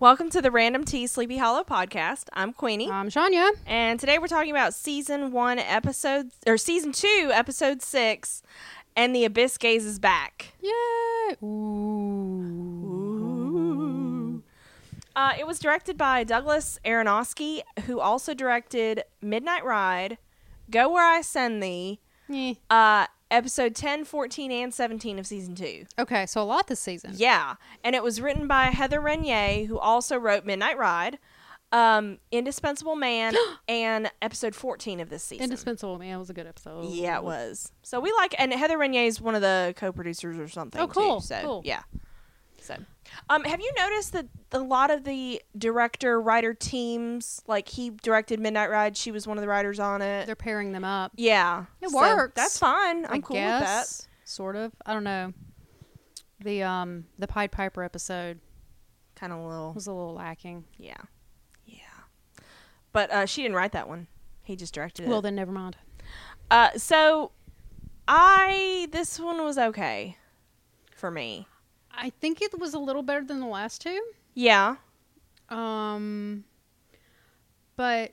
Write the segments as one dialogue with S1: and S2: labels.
S1: Welcome to the Random Tea Sleepy Hollow podcast. I'm Queenie,
S2: I'm Um, Shania.
S1: and today we're talking about season one, episode or season two, episode six, and the Abyss Gaze is back.
S2: Yay! Ooh.
S1: Uh, it was directed by Douglas Aronofsky, who also directed Midnight Ride, Go Where I Send Thee,
S2: Eh.
S1: uh, episode 10, 14, and 17 of season two.
S2: Okay, so a lot this season.
S1: Yeah, and it was written by Heather Renier, who also wrote Midnight Ride, um, Indispensable Man, and episode 14 of this season.
S2: Indispensable man it was a good episode.
S1: yeah, it was. So we like, and Heather Renier is one of the co-producers or something.
S2: Oh, cool,
S1: Too, so
S2: cool.
S1: yeah. So, um, have you noticed that a lot of the director writer teams, like he directed Midnight Ride, she was one of the writers on it.
S2: They're pairing them up.
S1: yeah,
S2: It
S1: So
S2: works.
S1: That's fine. I'm cool with that.
S2: Sort of. I don't know. The um the Pied Piper episode
S1: Kind of a little.
S2: was a little lacking.
S1: Yeah. Yeah. But uh, she didn't write that one. He just directed it.
S2: Well, then never mind.
S1: uh, so I this one was okay for me.
S2: I think it was a little better than the last two.
S1: Yeah.
S2: Um, but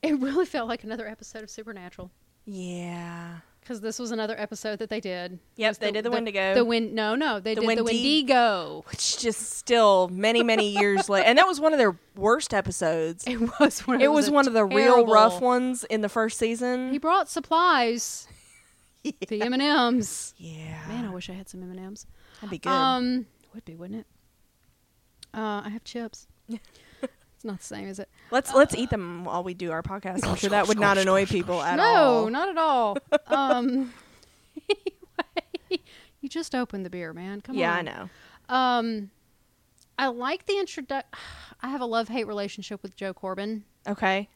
S2: it really felt like another episode of Supernatural
S1: Yeah.
S2: because this was another episode that they did. It
S1: Yep,
S2: was
S1: they did the Wendigo.
S2: The wind. No, no, they
S1: The
S2: did the
S1: Wendy-
S2: Wendigo.
S1: Which just still many many years later, and that was one of their worst episodes.
S2: It was one.
S1: It was
S2: a
S1: one of the real
S2: terrible-
S1: rough ones in the first season.
S2: He brought supplies. The M and M's.
S1: yeah,
S2: Man, I wish I had some M and M's.
S1: that'd be good.
S2: Um, would be, wouldn't it? Uh, I have chips. it's not the same, is it?
S1: let's let's eat them while we do our podcast. I'm sure that would not annoy people at
S2: no,
S1: all.
S2: not at all. um, anyway, you just opened the beer, man. Come
S1: yeah,
S2: on.
S1: I know.
S2: Um, I like the introdu I have a love hate relationship with Joe Corbin.
S1: Okay,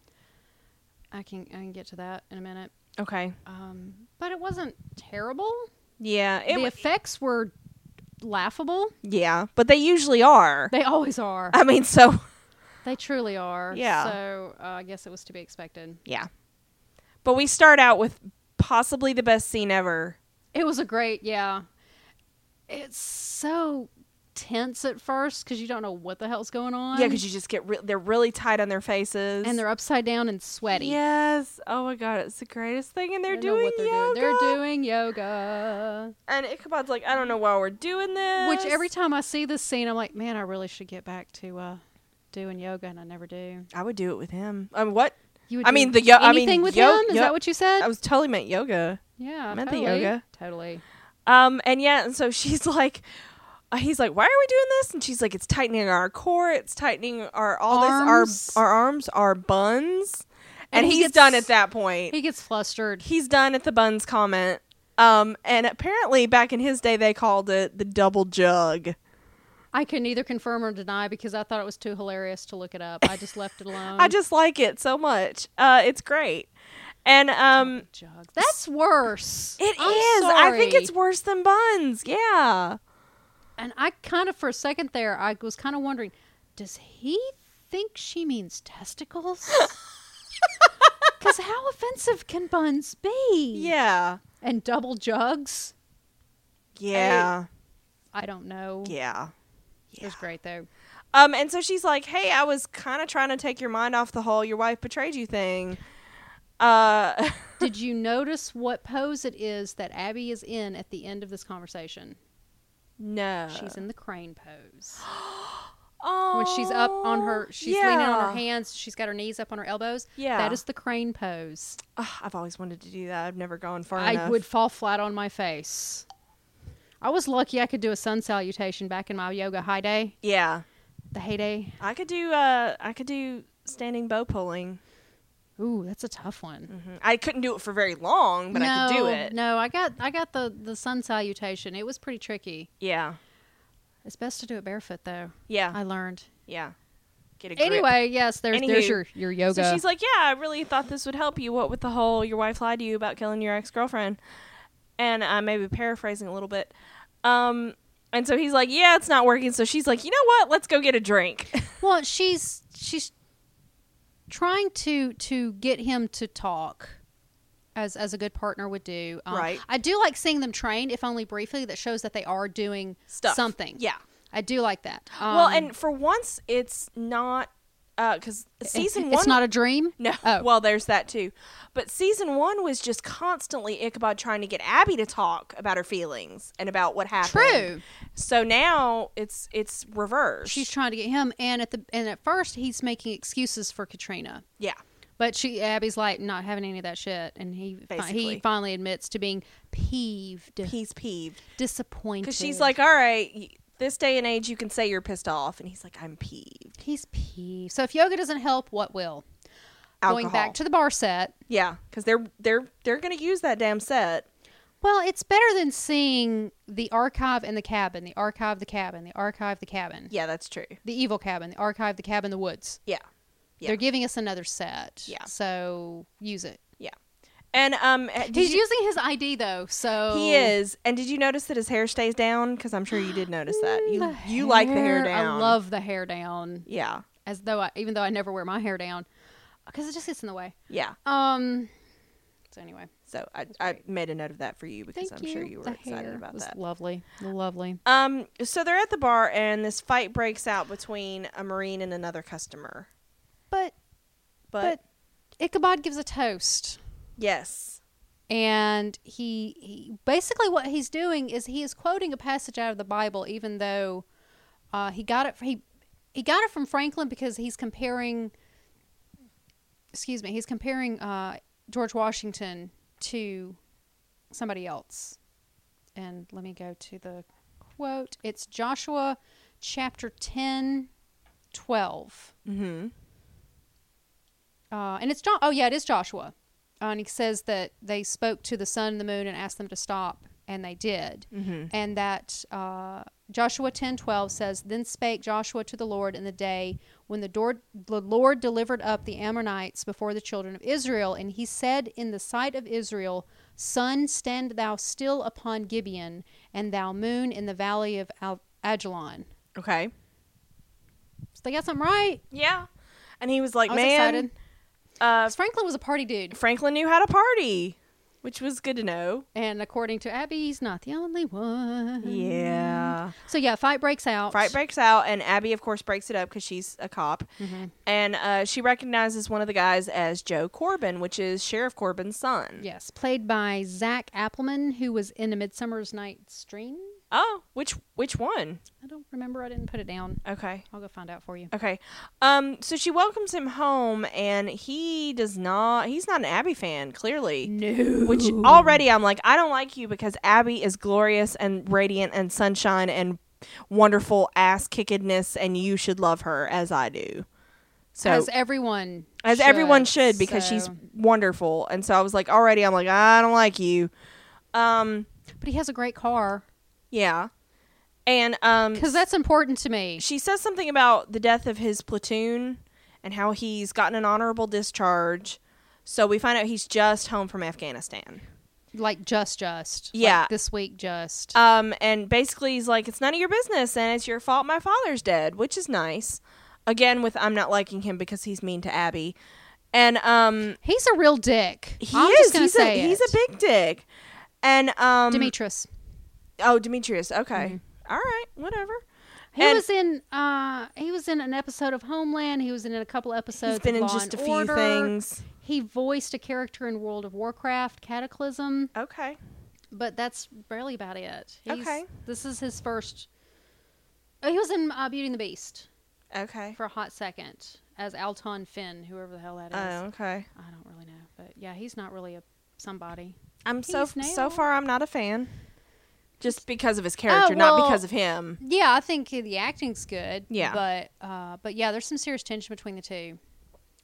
S2: I can I can get to that in a minute.
S1: okay.
S2: Um, but it wasn't terrible.
S1: Yeah, it,
S2: the
S1: w-
S2: effects were laughable.
S1: yeah, but they usually are.
S2: They always are.
S1: I mean, so
S2: they truly are.
S1: Yeah.
S2: So uh, I guess it was to be expected.
S1: yeah. But we start out with possibly the best scene ever.
S2: It was a great, yeah. It's so tense at first because you don't know what the hell's going on.
S1: Yeah, because you just get re- they're really tight on their faces
S2: and they're upside down and sweaty.
S1: Yes. Oh my god, it's the greatest thing, and they're
S2: They don't know
S1: doing
S2: what they're
S1: yoga.
S2: doing. They're doing yoga.
S1: And Ichabod's like, I don't know why we're doing this.
S2: Which every time I see this scene, I'm like, man, I really should get back to uh, doing yoga, and I never do.
S1: I would do it with him. Um, what?
S2: You would
S1: I
S2: do
S1: mean, the yo- I mean,
S2: anything with
S1: yo-
S2: him? Is
S1: yo-
S2: that what you said?
S1: I was totally meant yoga.
S2: yeah,
S1: meant the
S2: totally,
S1: yoga.
S2: Totally.
S1: Um, and yeah, and so she's like, uh, he's like, why are we doing this? And she's like, it's tightening our core, it's tightening our all
S2: Arms.
S1: this our our arms, our buns, and,
S2: And he
S1: he's
S2: gets-
S1: done at that point.
S2: He gets flustered.
S1: he's done at the buns comment. Um, and apparently back in his day they called it the double jug.
S2: I can neither confirm or deny because I thought it was too hilarious to look it up. I just left it alone.
S1: I just like it so much. Uh, it's great. And um,
S2: Jug. That's worse.
S1: It is.
S2: I'm
S1: I think
S2: sorry.
S1: it's worse than buns. Yeah.
S2: And I kind of, for a second there, I was kind of wondering, does he think she means testicles? Because how offensive can buns be?
S1: Yeah.
S2: And double jugs?
S1: Yeah.
S2: I don't know.
S1: yeah.
S2: It was great though.
S1: Um, and so she's like, "Hey, I was kind of trying to take your mind off the whole your wife betrayed you thing." Uh,
S2: Did you notice what pose it is that Abby is in at the end of this conversation?
S1: no.
S2: She's in the crane pose.
S1: oh,
S2: When she's up on her, she's leaning on her
S1: yeah.
S2: hands. She's got her knees up on her elbows.
S1: Yeah.
S2: That is the crane pose.
S1: Ugh, I've always wanted to do that. I've never gone far
S2: I
S1: enough.
S2: would fall flat on my face. I was lucky I could do a sun salutation back in my yoga high day,
S1: Yeah,
S2: the heyday.
S1: I could do. Uh, I could do standing bow pulling.
S2: Ooh, that's a tough one.
S1: Mhm. I couldn't do it for very long, but I could do
S2: No,
S1: it.
S2: No, I got I got the the sun salutation. It was pretty tricky.
S1: Yeah,
S2: It's best to do it barefoot though.
S1: yeah,
S2: I learned.
S1: yeah. Get a grip.
S2: Anyway, yes, there's
S1: Anywho.
S2: there's your your yoga.
S1: So she's like, "Yeah, I really thought this would help you. What with the whole your wife lied to you about killing your ex girlfriend?" And I may be paraphrasing a little bit. Um, and so he's like, "Yeah, it's not working." So she's like, "You know what? Let's go get a drink."
S2: well, she's she's trying to to get him to talk. As, as a good partner would do.
S1: Right.
S2: I do like seeing them train, if only briefly, that shows that they are doing
S1: Stuff.
S2: something.
S1: Yeah.
S2: I do like that. Um,
S1: well, and for once, it's not because
S2: it-
S1: season
S2: it's
S1: one.
S2: not a dream.
S1: no,
S2: Oh.
S1: well, there's that too. But season one was just constantly Ichabod trying to get Abby to talk about her feelings and about what happened.
S2: True.
S1: So now it's it's reversed.
S2: She's trying to get him, and at the and at first he's making excuses for Katrina,
S1: yeah,
S2: but she Abby's like not having any of that shit, and he fi-
S1: Basically.
S2: he finally admits to being peeved,
S1: he's peeved
S2: disappointed,
S1: because she's like, all right. y- This day and age, you can say you're pissed off, and he's like, "I'm peeved."
S2: he's peeved. So if yoga doesn't help, what will? Going
S1: Alcohol.
S2: back to the bar set.
S1: Yeah, because they're they're they're gonna use that damn set.
S2: Well, it's better than seeing the archive and the cabin, the archive, the cabin, the archive, the cabin,
S1: Yeah, that's true.
S2: the evil cabin, the archive, the cabin, the woods.
S1: Yeah, yeah.
S2: They're giving us another set.
S1: Yeah.
S2: So use it.
S1: yeah. And um, did
S2: He's
S1: you-
S2: using his ID though, so
S1: he is. And did you notice that his hair stays down? Because I'm sure you did notice that. You
S2: Mm,
S1: you like the hair down.
S2: I love the hair down,
S1: Yeah,
S2: as though I, even though I never wear my hair down, because it just gets in the way.
S1: yeah.
S2: Um. So anyway,
S1: So I, I made a note of that for you because
S2: thank
S1: I'm
S2: you.
S1: sure you were
S2: The
S1: excited
S2: hair
S1: about
S2: was
S1: that.
S2: Lovely, lovely.
S1: Um, so they're at the bar, and this fight breaks out between a marine and another customer.
S2: But
S1: But,
S2: but, Ichabod gives a toast,
S1: yes,
S2: and he, he basically what he's doing is he is quoting a passage out of the Bible, even though uh, he got it he he got it from Franklin because he's comparing. Excuse me, he's comparing uh, George Washington to somebody else. And let me go to the quote. It's Joshua chapter 10, 12.
S1: mm-hmm.
S2: Uh, and it's John. Oh yeah, it is Joshua. Uh, and he says that they spoke to the sun and the moon and asked them to stop, and they did.
S1: Mhm.
S2: And that uh, Joshua ten twelve says, "Then spake Joshua to the Lord in the day when the, door, the Lord delivered up the Ammonites before the children of Israel, and he said in the sight of Israel, Sun, stand thou still upon Gibeon, and thou moon in the valley of Al- Ajalon."
S1: okay,
S2: So they got something right.
S1: yeah. And he was like,
S2: I was
S1: "Man,
S2: excited.
S1: uh,
S2: 'Cause Franklin was a party dude.
S1: Franklin knew how to party, which was good to know.
S2: And according to Abby, he's not the only one.
S1: Yeah.
S2: So yeah, fight breaks out.
S1: Fright Mm-hmm. breaks out, and Abby, of course, breaks it up because she's a cop.
S2: Mm-hmm.
S1: And uh, she recognizes one of the guys as Joe Corbin, which is Sheriff Corbin's son.
S2: Yes, played by Zach Appleman, who was in A Midsummer's Night's Dream.
S1: Oh, which which one?
S2: I don't remember. I didn't put it down.
S1: Okay.
S2: I'll go find out for you.
S1: Okay. Um, so she welcomes him home, and he does not. He's not an Abby fan, clearly.
S2: No.
S1: Which already I'm like, I don't like you because Abby is glorious and radiant and sunshine and wonderful ass kickedness, and you should love her as I do. So
S2: as everyone,
S1: as everyone should because she's
S2: so-
S1: wonderful. And so I was like, already, I'm like, I don't like you. Um,
S2: But he has a great car
S1: yeah, and um,
S2: because that's important to me.
S1: she says something about the death of his platoon and how he's gotten an honorable discharge. So we find out he's just home from Afghanistan.
S2: Like just, just. Like,
S1: Yeah.
S2: this week, just.
S1: Um, and basically, he's like, it's none of your business, and it's your fault my father's dead, which is nice. Again, with I'm not liking him because he's mean to Abby. And um,
S2: he's a real dick.
S1: he
S2: I'm
S1: is.
S2: Just gonna
S1: he's
S2: say
S1: a he's
S2: it.
S1: a big dick. And um,
S2: Demetrius.
S1: Oh, Demetrius. Okay.
S2: Mm-hmm.
S1: All right. Whatever.
S2: He
S1: and-
S2: was in uh he was in an episode of Homeland. He was in a couple episodes.
S1: He's been
S2: of
S1: in
S2: Law
S1: just a
S2: and
S1: few
S2: Order.
S1: things.
S2: He voiced a character in World of Warcraft Cataclysm,
S1: Okay.
S2: but that's barely about it. He's-
S1: Okay.
S2: This is his first. Oh, he was in uh, Beauty and the Beast
S1: Okay.
S2: for a hot second as Alton Finn, whoever the hell that is.
S1: Oh, okay.
S2: I don't really know, but yeah, he's not really a somebody.
S1: I'm so
S2: He's
S1: so
S2: now-
S1: far. I'm not a fan. Just because of his character, not
S2: Oh, well-
S1: because of him.
S2: Yeah, I think the acting's good.
S1: Yeah.
S2: but uh, but yeah, there's some serious tension between the two.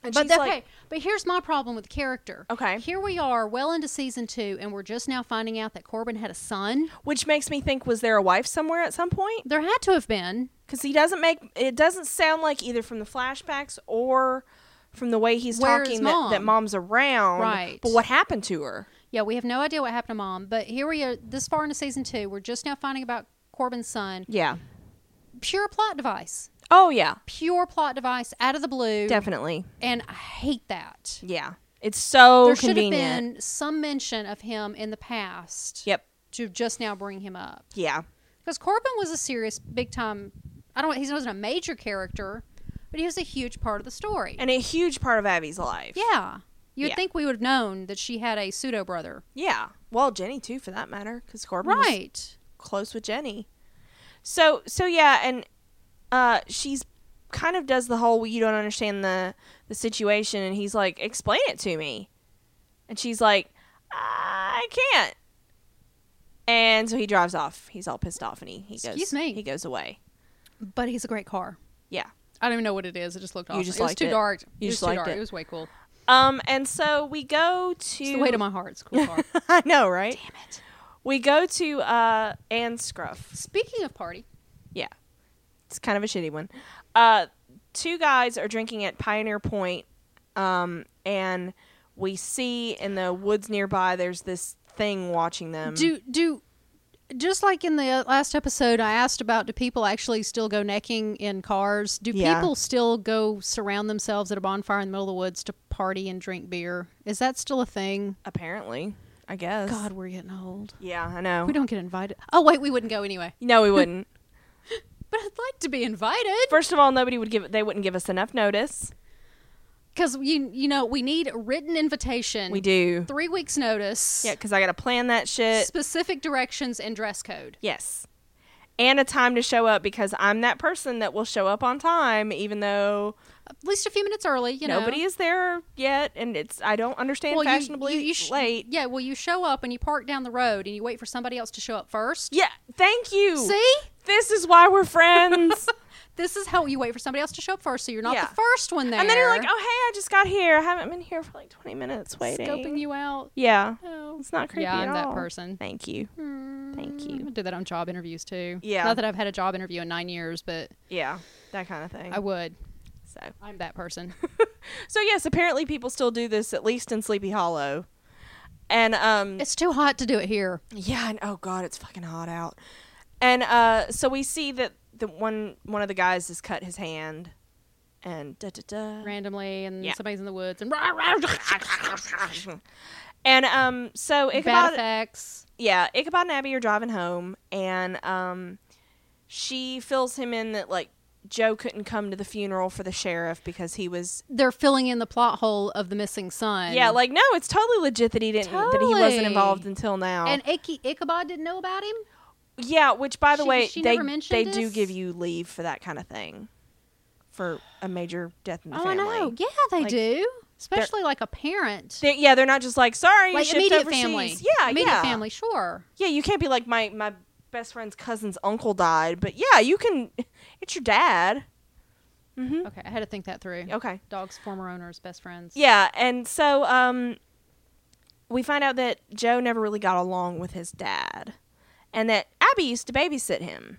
S1: And
S2: but
S1: she's
S2: okay,
S1: like-
S2: but here's my problem with the character.
S1: Okay.
S2: Here we are, well into season two, and we're just now finding out that Corbin had a son.
S1: which makes me think: was there a wife somewhere at some point?
S2: There had to have been.
S1: Because he doesn't make it doesn't sound like either from the flashbacks or from the way he's
S2: Where's
S1: talking that, that
S2: Mom?
S1: mom's around.
S2: Right.
S1: But what happened to her?
S2: Yeah, we have no idea what happened to mom, but here we are this far into season two. We're just now finding about Corbin's son.
S1: Yeah.
S2: Pure plot device.
S1: Oh yeah.
S2: Pure plot device out of the blue.
S1: Definitely.
S2: And I hate that.
S1: Yeah. It's so
S2: there should have
S1: convenient.
S2: been some mention of him in the past
S1: Yep.
S2: to just now bring him up.
S1: Yeah.
S2: Because Corbin was a serious, big time I don't. He wasn't a major character, but he was a huge part of the story.
S1: and a huge part of Abby's life.
S2: yeah, you would
S1: Yeah.
S2: think we would have known that she had a pseudo brother,
S1: Yeah. Well, Jenny too, for that matter, because Corbin was
S2: right?
S1: close with Jenny. So so yeah, and uh, she's kind of does the whole you don't understand the the situation, and he's like, explain it to me, and she's like, I can't. And so he drives off. He's all pissed off, and he he goes.
S2: Excuse me.
S1: He goes away.
S2: But he's a great car.
S1: Yeah.
S2: I don't even know what it is. It just looked
S1: You
S2: awesome.
S1: just
S2: it was
S1: liked
S2: too
S1: it.
S2: dark.
S1: You
S2: it
S1: just
S2: was too
S1: liked it.
S2: dark. It was way cool.
S1: Um, and so we go to
S2: It's the weight of my heart. It's a cool car.
S1: I know, right?
S2: Damn it.
S1: We go to uh Anne Scruff.
S2: Speaking of party,
S1: It's kind of a shitty one. Uh, two guys are drinking at Pioneer Point, um, and we see in the woods nearby there's this thing watching them.
S2: do do just like in the uh, last episode I asked about do people actually still go necking in cars? Do
S1: Yeah.
S2: people still go surround themselves at a bonfire in the middle of the woods to party and drink beer? Is that still a thing?
S1: Apparently, I guess.
S2: God, we're getting old.
S1: Yeah, I know.
S2: We don't get invited. Oh wait, we wouldn't go anyway.
S1: no, we wouldn't.
S2: But I'd like to be invited
S1: First of all, nobody would give. They wouldn't give us enough notice.
S2: because you you know we need a written invitation.
S1: We do.
S2: three weeks notice.
S1: Yeah, because I gotta plan that shit.
S2: Specific directions and dress code.
S1: Yes, and a time to show up because I'm that person that will show up on time, even though
S2: At least a few minutes early. You know,
S1: nobody is there yet, and it's I don't understand
S2: Well, you-
S1: fashionably
S2: you- you sh-
S1: late.
S2: Yeah, well, you show up and you park down the road and you wait for somebody else to show up first.
S1: Yeah, thank you.
S2: See?
S1: This is why we're friends.
S2: This is how you wait for somebody else to show up first, so you're not
S1: Yeah.
S2: the first one there.
S1: and then you're like, oh, hey, I just got here. I haven't been here for like 20 minutes waiting.
S2: scoping you out.
S1: Yeah.
S2: Oh.
S1: It's not creepy
S2: Yeah, I'm
S1: at
S2: that
S1: all.
S2: person.
S1: Thank you. Thank
S2: Mm,
S1: you.
S2: I did that on job interviews too.
S1: Yeah.
S2: Not that I've had a job interview in nine years, but
S1: Yeah, that kind of thing.
S2: I would.
S1: so,
S2: I'm that person.
S1: so yes, apparently people still do this, at least in Sleepy Hollow. And um,
S2: it's too hot to do it here.
S1: Yeah, and oh god, it's fucking hot out. And uh, so we see that the one one of the guys has cut his hand, and da da da.
S2: Randomly, and
S1: Yeah.
S2: somebody's in the woods, and rah, rah,
S1: And um, so
S2: bad
S1: Ichabod,
S2: effects.
S1: yeah, Ichabod and Abby are driving home, and um, she fills him in that like Joe couldn't come to the funeral for the sheriff because he was.
S2: They're filling in the plot hole of the missing son.
S1: Yeah, like no, it's totally legit that he didn't that he wasn't
S2: Totally.
S1: involved until now.
S2: and Icky, Ichabod didn't know about him.
S1: Yeah, which by the
S2: She-
S1: way,
S2: she
S1: they
S2: never mentioned
S1: they do
S2: us?
S1: give you leave for that kind of thing, for a major death in the
S2: Oh,
S1: family.
S2: I know. Yeah, they
S1: Like,
S2: do. Especially like a parent.
S1: They- yeah, they're not just like sorry,
S2: like
S1: you
S2: immediate
S1: overseas.
S2: family.
S1: Yeah,
S2: immediate
S1: yeah,
S2: family. Sure.
S1: Yeah, you can't be like my my best friend's cousin's uncle died, but yeah, you can. It's your dad. Mm-hmm.
S2: Okay, I had to think that through.
S1: Okay.
S2: Dog's former owners, best friends.
S1: Yeah, and so um, we find out that Joe never really got along with his dad, and that Abby used to babysit him.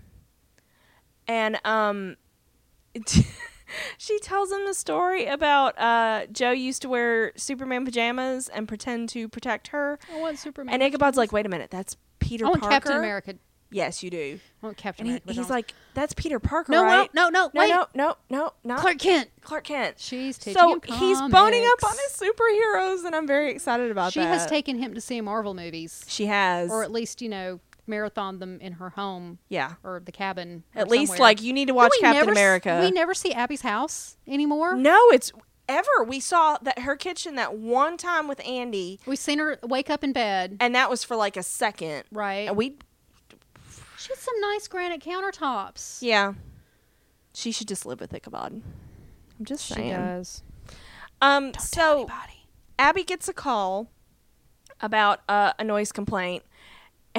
S1: And um, she tells him the story about uh, Joe used to wear Superman pajamas and pretend to protect her.
S2: I want Superman.
S1: And Ichabod's like, "Wait a minute, that's Peter
S2: I want
S1: Parker."
S2: Captain America.
S1: Yes, you do.
S2: I want Captain
S1: And he,
S2: America.
S1: he's
S2: pajamas.
S1: like, "That's Peter Parker,
S2: no,
S1: right?"
S2: no, no, no,
S1: no,
S2: wait.
S1: no, no, no, not
S2: Clark Kent.
S1: Clark Kent.
S2: She's teaching
S1: So
S2: him
S1: he's boning up on
S2: comics.
S1: his superheroes, and I'm very excited about
S2: She
S1: that.
S2: has taken him to see Marvel movies,
S1: She has.
S2: or at least you know marathon them in her home
S1: yeah.
S2: or the cabin. or
S1: At least,
S2: somewhere.
S1: like, you need to watch
S2: Do we
S1: Captain
S2: never s-
S1: America.
S2: We never see Abby's house anymore.
S1: no, it's ever. We saw that her kitchen that one time with Andy,
S2: We've seen her wake up in bed.
S1: and that was for like a second.
S2: Right.
S1: And we,
S2: She had some nice granite countertops.
S1: yeah. She should just live with Ichabod. I'm just
S2: she
S1: saying.
S2: does.
S1: Um. so Abby gets a call about uh, a noise complaint.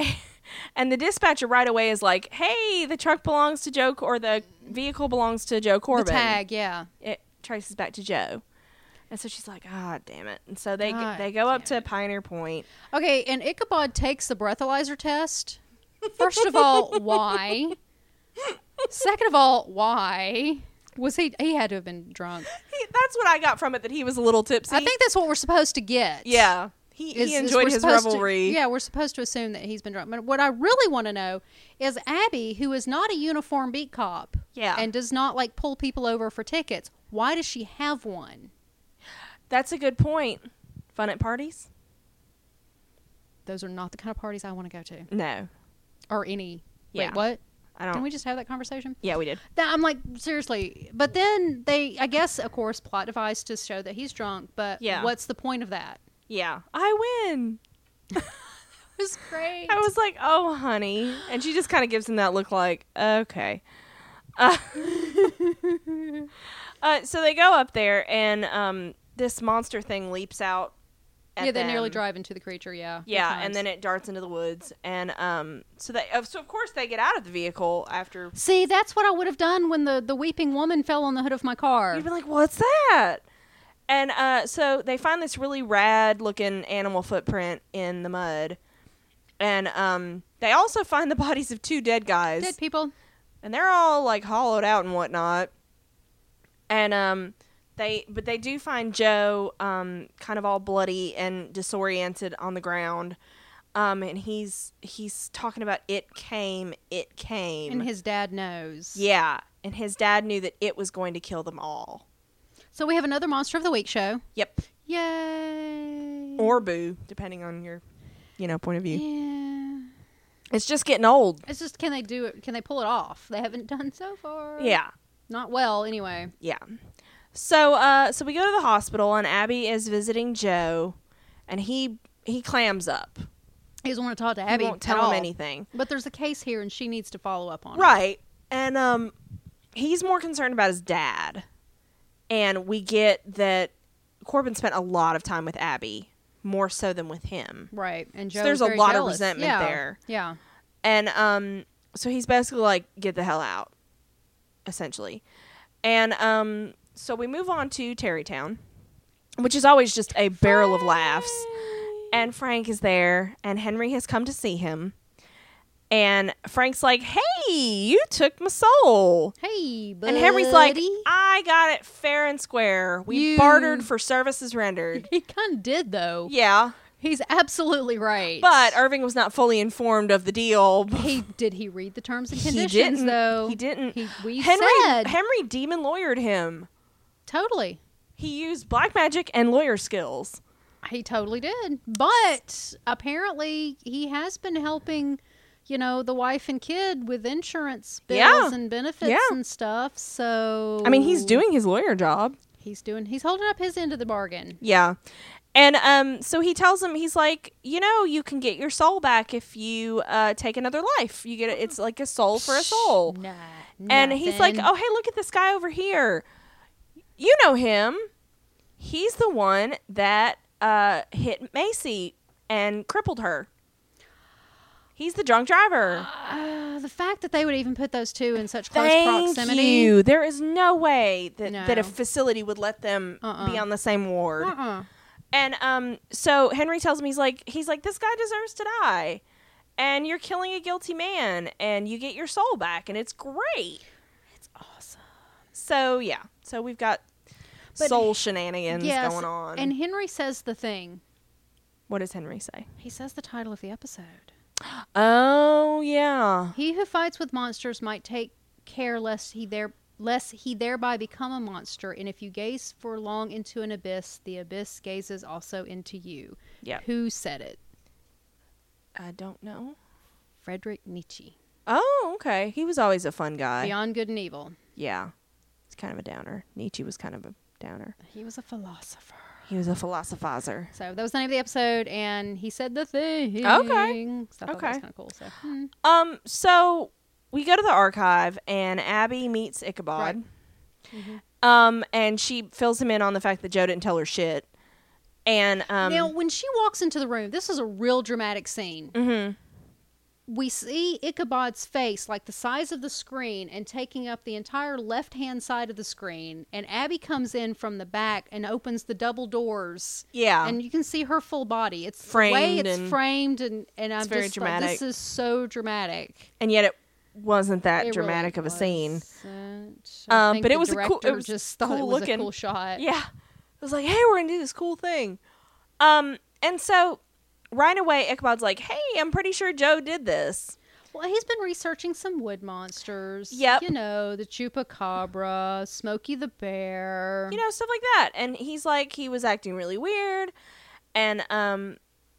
S1: And the dispatcher right away is like, "Hey, the truck belongs to Joe, or the vehicle belongs to Joe
S2: The
S1: Corbin."
S2: tag, yeah.
S1: it traces back to Joe. And so she's like, ah, damn it. And so they
S2: God
S1: they go up
S2: damn
S1: to Pioneer Point.
S2: Okay, and Ichabod takes the breathalyzer test. First of all, why? Second of all, why? Was he? He had to have been drunk.
S1: He, that's what I got from it that he was a little tipsy.
S2: I think that's what we're supposed to get.
S1: yeah, he
S2: is-
S1: he
S2: is
S1: enjoyed
S2: we're
S1: his
S2: supposed to-
S1: revelry.
S2: yeah, we're supposed to assume that he's been drunk. But what I really want to know is Abby, who is not a uniform beat cop,
S1: Yeah.
S2: and does not like pull people over for tickets. Why does she have one?
S1: that's a good point. Fun at parties?
S2: Those are not the kind of parties I want to go to,
S1: No,
S2: or any.
S1: Yeah.
S2: Wait, what?
S1: I don't.
S2: Can we just have that conversation?
S1: yeah, we did.
S2: That I'm like seriously, but then they, I guess, of course, plot device to show that he's drunk. But
S1: Yeah.
S2: what's the point of that?
S1: Yeah, I win.
S2: It was great.
S1: I was like, oh, honey, and she just kind of gives him that look, like, okay. Uh, uh, so they go up there, and um, this monster thing leaps out. at
S2: yeah, they nearly
S1: them.
S2: drive into the creature. Yeah, a few
S1: Yeah, and
S2: times.
S1: then it darts into the woods, and um, so they, uh, so of course they get out of the vehicle after.
S2: See, that's what I would have done when the, the weeping woman fell on the hood of my car.
S1: You'd be like, what's that? And uh, so they find this really rad looking animal footprint in the mud, and um, they also find the bodies of two dead guys.
S2: Dead people.
S1: and they're all like hollowed out and whatnot. And um, they but they do find Joe um kind of all bloody and disoriented on the ground. Um, and he's he's talking about it came, it came.
S2: And his dad knows.
S1: yeah, and his dad knew that it was going to kill them all.
S2: So we have another Monster of the Week show.
S1: Yep,
S2: Yay.
S1: or boo, depending on your, you know, point of view.
S2: Mm. Yeah.
S1: It's just getting old.
S2: It's just can they do it? Can they pull it off? They haven't done so far.
S1: Yeah.
S2: Not well, anyway.
S1: Yeah. So uh so we go to the hospital and Abby is visiting Joe and he he clams up.
S2: He doesn't want to talk to Abby.
S1: he won't
S2: at
S1: tell
S2: all.
S1: him anything.
S2: But there's a case here, and she needs to follow up on
S1: Right. And um he's more concerned about his dad. And we get that Corbin spent a lot of time with Abby, more so than with him.
S2: it. Right. And
S1: So
S2: Joe
S1: there's
S2: is
S1: a
S2: very
S1: lot of
S2: jealous.
S1: resentment
S2: Yeah.
S1: there.
S2: Yeah.
S1: And um so he's basically like get the hell out essentially. And um so we move on to Terrytown, which is always just a barrel of laughs. And Frank is there and Henry has come to see him. And Frank's like, "Hey, you took my soul."
S2: Hey, buddy.
S1: And Henry's like, "I got it fair and square. We
S2: You-
S1: bartered for services rendered."
S2: he kind of did though.
S1: yeah.
S2: He's absolutely right.
S1: But Irving was not fully informed of the deal.
S2: he did he read the terms and
S1: He
S2: conditions
S1: didn't.
S2: though?
S1: He didn't.
S2: He, we
S1: Henry
S2: said
S1: Henry demon lawyered him.
S2: totally.
S1: He used black magic and lawyer skills.
S2: He totally did. But apparently he has been helping, you know, the wife and kid with insurance bills
S1: Yeah.
S2: and benefits
S1: Yeah.
S2: and stuff. So
S1: I mean, he's doing his lawyer job.
S2: he's doing he's holding up his end of the bargain.
S1: Yeah. And um so he tells him he's like, "You know, you can get your soul back if you uh take another life. You get it, it's like a soul for a soul."
S2: Nah,
S1: And he's like,
S2: nothing.
S1: "Oh, hey, look at this guy over here. You know him. He's the one that uh hit Macy and crippled her. He's the drunk driver."
S2: Ah, the fact that they would even put those two in such close
S1: Thank
S2: proximity.
S1: you. There is no way that, that
S2: No.
S1: a facility would let them
S2: Uh-uh.
S1: be on the same ward.
S2: Uh-uh.
S1: And um, so Henry tells me he's like he's like this guy deserves to die, and you're killing a guilty man, and you get your soul back, and it's great.
S2: It's awesome.
S1: So yeah, so we've got
S2: But-
S1: soul shenanigans
S2: Yes,
S1: going on.
S2: And Henry says the thing.
S1: what does Henry say?
S2: He says the title of the episode.
S1: Oh yeah,
S2: He who fights with monsters might take care lest he there lest he thereby become a monster, and if you gaze for long into an abyss, the abyss gazes also into you.
S1: yeah.
S2: Who said it?
S1: I don't know.
S2: Frederick Nietzsche.
S1: Oh okay, he was always a fun guy.
S2: Beyond good and evil.
S1: Yeah, he's kind of a downer. Nietzsche was kind of a downer.
S2: He was a philosopher.
S1: He was a philosophizer.
S2: So that was the name of the episode, and he said the thing. So I thought that was
S1: Okay.
S2: kind of cool. So hmm.
S1: Um, so we go to the archive and Abby meets Ichabod.
S2: Right. Mhm.
S1: Um, and she fills him in on the fact that Joe didn't tell her shit. And um,
S2: now, when she walks into the room, this is a real dramatic scene.
S1: mhm.
S2: we see Ichabod's face like the size of the screen and taking up the entire left hand side of the screen. And Abby comes in from the back and opens the double doors.
S1: yeah,
S2: And you can see her full body. It's framed the way
S1: Framed
S2: it's
S1: and-
S2: framed, and, and I'm
S1: very
S2: just like,
S1: dramatic.
S2: this is so dramatic.
S1: and yet it wasn't that
S2: It
S1: dramatic
S2: really
S1: of a scene.
S2: wasn't. I
S1: Um,
S2: think
S1: but it
S2: the
S1: was a cool- it
S2: director
S1: was
S2: just thought it
S1: cool
S2: was
S1: looking.
S2: a cool shot.
S1: Yeah, it was like, hey, we're gonna do this cool thing. Um, and so right away, Ichabod's like, hey, I'm pretty sure Joe did this.
S2: Well, he's been researching some wood monsters.
S1: Yep.
S2: You know, the chupacabra, Smokey the bear.
S1: you know stuff like that and he's like he was acting really weird and um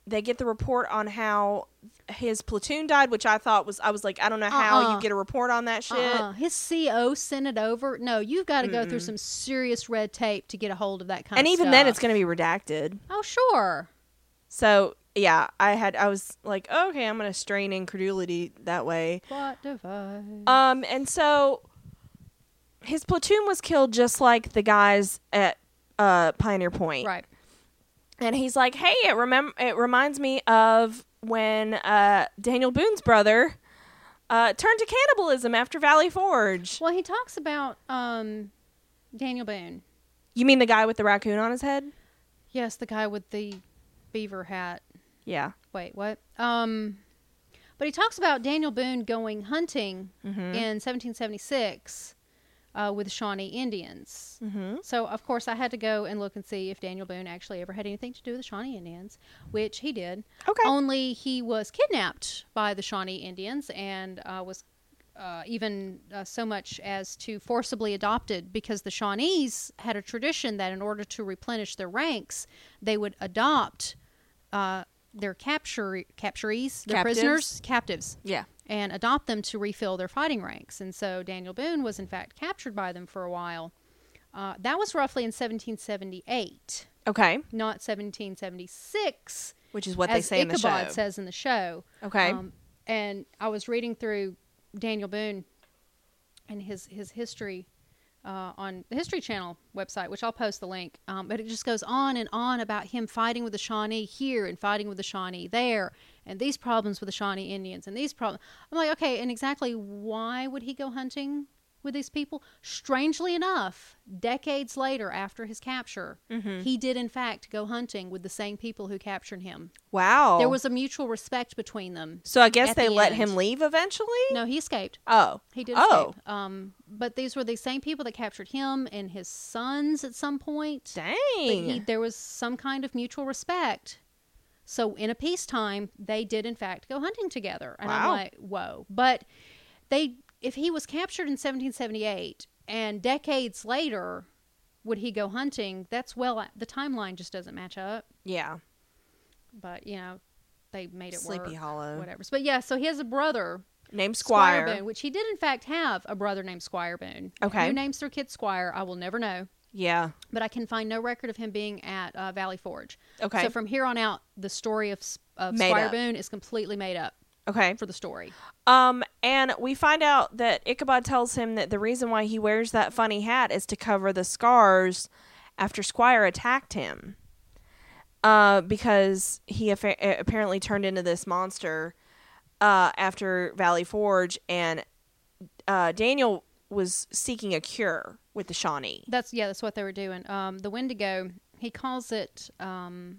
S1: they get the report on how his platoon died, which I thought was I was like I don't know how
S2: Uh-uh.
S1: you get a report on that shit.
S2: Uh-uh. His CO sent it over. No, you've got to go through some serious red tape to get a hold of that kind
S1: And
S2: of
S1: even then, it's
S2: stuff.
S1: going to be redacted.
S2: Oh, sure.
S1: So yeah, I had I was like, okay, I'm going to strain incredulity that way.
S2: Plot device.
S1: Um, and so his platoon was killed just like the guys at uh, Pioneer Point.
S2: Right.
S1: And he's like, hey, it remem- it reminds me of when uh, Daniel Boone's brother uh, turned to cannibalism after Valley Forge.
S2: Well, he talks about um, Daniel Boone.
S1: You mean the guy with the raccoon on his head?
S2: Yes, the guy with the beaver hat.
S1: Yeah.
S2: Wait, what? Um, but he talks about Daniel Boone going hunting
S1: Mm-hmm.
S2: in 1776 uh, with Shawnee Indians.
S1: mm-hmm.
S2: So, of course, I had to go and look and see if Daniel Boone actually ever had anything to do with the Shawnee Indians, which he did.
S1: Okay.
S2: Only he was kidnapped by the Shawnee Indians and uh, was uh, even uh, so much as to forcibly adopted because the Shawnees had a tradition that in order to replenish their ranks, they would adopt uh, their capture capturees, their
S1: Captives?
S2: prisoners, captives,
S1: yeah.
S2: and adopt them to refill their fighting ranks. And so Daniel Boone was in fact captured by them for a while. Uh, that was roughly in 1778,
S1: Okay.
S2: not 1776
S1: Which is what
S2: as
S1: they say
S2: Ichabod
S1: in the show.
S2: says in the show.
S1: okay.
S2: Um, and I was reading through Daniel Boone and his his history uh, on the History Channel website, which I'll post the link. Um, but it just goes on and on about him fighting with the Shawnee here and fighting with the Shawnee there, and these problems with the Shawnee Indians and these problems. I'm like, okay, and exactly why would he go hunting? With these people, strangely enough, decades later after his capture,
S1: Mm-hmm.
S2: he did in fact go hunting with the same people who captured him.
S1: wow.
S2: There was a mutual respect between them.
S1: so I guess
S2: at
S1: they
S2: the
S1: let
S2: end.
S1: him leave eventually?
S2: No, he escaped.
S1: Oh.
S2: He did
S1: Oh.
S2: escape. Um, but these were the same people that captured him and his sons at some point.
S1: Dang.
S2: But he, there was some kind of mutual respect. So in a peacetime, they did in fact go hunting together, and I'm
S1: Wow.
S2: like, whoa. But they, if he was captured in 1778, and decades later, would he go hunting? That's well, the timeline just doesn't match up.
S1: yeah.
S2: But you know, they made it
S1: Sleepy
S2: work.
S1: Hollow.
S2: Whatever. But yeah, so he has a brother
S1: Named Squire.
S2: Boone, which he did in fact have a brother named Squire Boone.
S1: Okay.
S2: Who names their kid Squire? I will never know,
S1: Yeah.
S2: but I can find no record of him being at uh, Valley Forge.
S1: Okay.
S2: So from here on out, the story of, S- of
S1: Made
S2: Squire
S1: up.
S2: Boone is completely made up
S1: okay.
S2: for the story.
S1: Um, and we find out that Ichabod tells him that the reason why he wears that funny hat is to cover the scars after Squire attacked him. Uh, because he affa- uh, apparently turned into this monster uh, after Valley Forge, and uh, Daniel was seeking a cure with the Shawnee.
S2: That's yeah, that's what they were doing. Um, the Wendigo, he calls it um,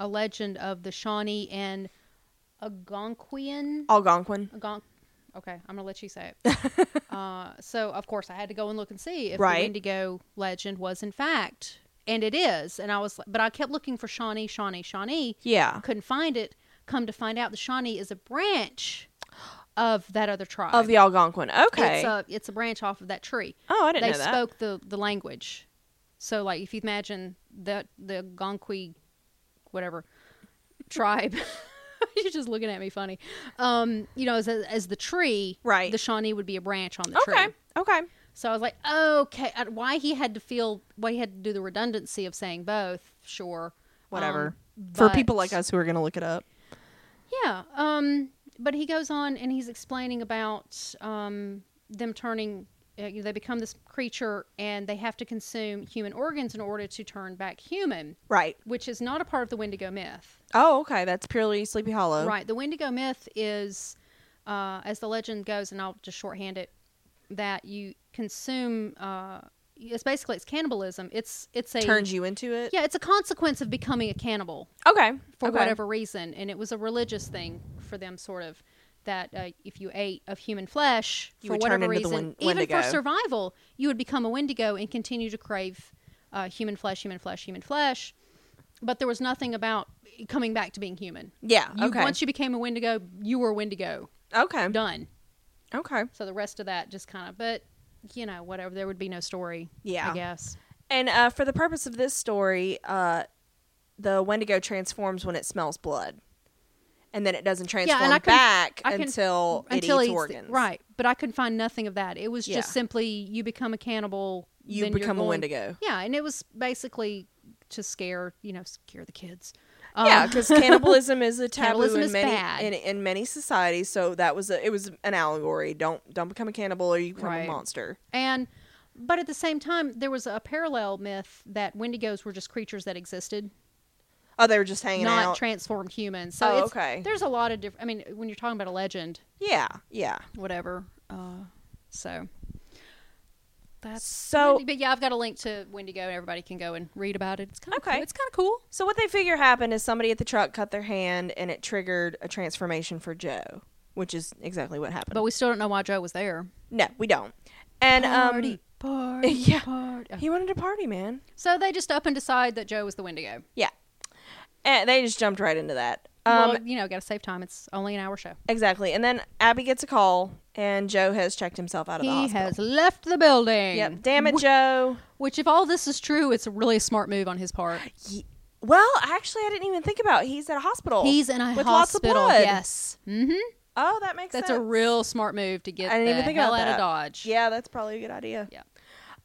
S2: a legend of the Shawnee and Algonquian.
S1: Algonquin.
S2: Gonk. Okay, I'm gonna let you say it. uh, so, of course, I had to go and look and see if
S1: Right.
S2: the Wendigo legend was in fact, and it is. And I was, but I kept looking for Shawnee, Shawnee, Shawnee.
S1: Yeah.
S2: Couldn't find it. Come to find out, the Shawnee is a branch of that other tribe.
S1: Of the Algonquin. Okay.
S2: it's a it's a branch off of that tree.
S1: oh, I didn't
S2: They
S1: know that.
S2: spoke the the language. So, like, if you imagine that the Gonqui, whatever tribe. You're just looking at me funny. Um, you know, as, as the tree,
S1: Right.
S2: The Shawnee would be a branch on the
S1: okay.
S2: tree.
S1: Okay.
S2: So I was like, okay, uh, why he had to feel, why he had to do the redundancy of saying both? Sure,
S1: Whatever.
S2: Um,
S1: For
S2: but-
S1: people like us who are going to look it up.
S2: yeah. Um, but he goes on and he's explaining about um, them turning. Uh, you know, they become this creature and they have to consume human organs in order to turn back human,
S1: Right.
S2: which is not a part of the Wendigo myth.
S1: Oh, okay. That's purely Sleepy Hollow.
S2: Right. The Wendigo myth is, uh, as the legend goes, and I'll just shorthand it, that you consume. Uh, it's basically it's cannibalism. It's it's a
S1: Turns you into it.
S2: yeah. It's a consequence of becoming a cannibal
S1: Okay.
S2: for
S1: okay.
S2: whatever reason, and it was a religious thing for them, sort of. That uh, if you ate of human flesh
S1: You
S2: for
S1: would turn
S2: whatever
S1: into the
S2: reason,
S1: Wen-
S2: even for
S1: Wendigo.
S2: survival, you would become a Wendigo and continue to crave uh, human flesh, human flesh, human flesh. But there was nothing about coming back to being human.
S1: Yeah.
S2: You,
S1: okay.
S2: Once you became a Wendigo, you were a Wendigo.
S1: okay.
S2: Done.
S1: Okay.
S2: So the rest of that just kind of, but you know, whatever. There would be no story.
S1: Yeah.
S2: I guess.
S1: And uh, for the purpose of this story, uh, the Wendigo transforms when it smells blood, and then it doesn't transform
S2: Yeah, and I couldn't-
S1: back
S2: I couldn't-
S1: until it
S2: until
S1: eats
S2: he eats the-
S1: organs.
S2: right, but I couldn't find nothing of that. It was
S1: Yeah.
S2: just simply you become a cannibal.
S1: You
S2: then you're
S1: become a
S2: going-
S1: Wendigo.
S2: Yeah, and it was basically to scare you know scare the kids.
S1: yeah,
S2: Um,
S1: because cannibalism is a taboo
S2: Cannibalism
S1: in
S2: is
S1: many
S2: bad.
S1: in, in many societies. So that was a, it was an allegory. Don't don't become a cannibal or you become
S2: Right.
S1: a monster.
S2: and but at the same time, there was a parallel myth that Wendigos were just creatures that existed,
S1: Oh, they were just hanging
S2: not
S1: out.
S2: transformed humans. So
S1: Oh,
S2: it's,
S1: okay.
S2: there's a lot of different. I mean, when you're talking about a legend,
S1: yeah, yeah.
S2: whatever. Uh, so that's
S1: So
S2: Wendy- but yeah, I've got a link to Wendigo, and everybody can go and read about it. It's kind of
S1: Okay.
S2: cool. It's kind of cool.
S1: so what they figure happened is somebody at the truck cut their hand and it triggered a transformation for Joe, which is exactly what happened.
S2: But we still don't know why Joe was there.
S1: no, we don't. And
S2: party,
S1: um,
S2: party,
S1: yeah.
S2: party. Oh.
S1: he wanted to party, man.
S2: So they just up and decide that Joe was the Wendigo.
S1: Yeah, and Eh, they just jumped right into that. Um,
S2: well, you know, got to save time. It's only an hour show.
S1: exactly. And then Abby gets a call, and Joe has checked himself out of the
S2: He
S1: hospital.
S2: has left the building.
S1: Yep. Damn it, Joe.
S2: Which, if all this is true, it's a really smart move on his part.
S1: Ye- well, actually, I didn't even think about. it. He's at a hospital.
S2: He's in a
S1: Oh, with lots of
S2: hospital.
S1: blood.
S2: Yes. Mm-hmm.
S1: Oh, that makes
S2: That's
S1: sense.
S2: a real smart move to get
S1: I didn't
S2: the
S1: even think
S2: hell
S1: about
S2: out
S1: that.
S2: of Dodge.
S1: Yeah, that's probably a good idea.
S2: Yeah.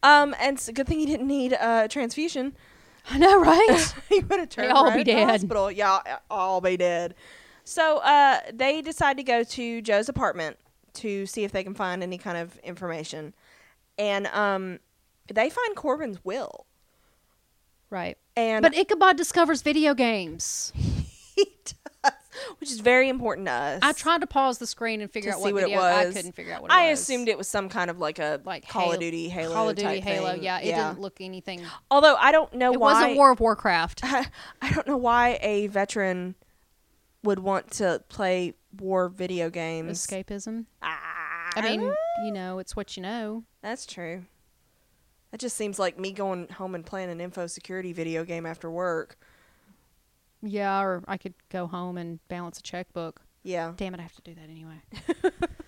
S1: Um, and it's a good thing he didn't need a uh, transfusion.
S2: I know, right?
S1: he would have turned
S2: all
S1: right
S2: be
S1: at the
S2: dead.
S1: hospital. Y'all uh, all be dead. So uh, they decide to go to Joe's apartment to see if they can find any kind of information, and um, they find Corbin's will.
S2: right.
S1: And
S2: But Ichabod discovers video games.
S1: he does, which is very important to us.
S2: I tried to pause the screen and figure
S1: to
S2: out
S1: see
S2: what,
S1: what it
S2: video. I
S1: was.
S2: couldn't figure out what it
S1: I
S2: was.
S1: assumed it was some kind of like a
S2: like
S1: Call
S2: Halo-
S1: of Duty Halo.
S2: Call of Duty
S1: type
S2: Halo.
S1: thing.
S2: Yeah, it didn't look anything.
S1: Although I don't know
S2: It
S1: why
S2: wasn't War of Warcraft.
S1: I, don't know why a veteran would want to play war video games.
S2: Escapism.
S1: Ah,
S2: I mean, you know, it's what you know.
S1: that's true. That just seems like me going home and playing an info security video game after work.
S2: Yeah, or I could go home and balance a checkbook.
S1: Yeah.
S2: Damn it, I have to do that anyway.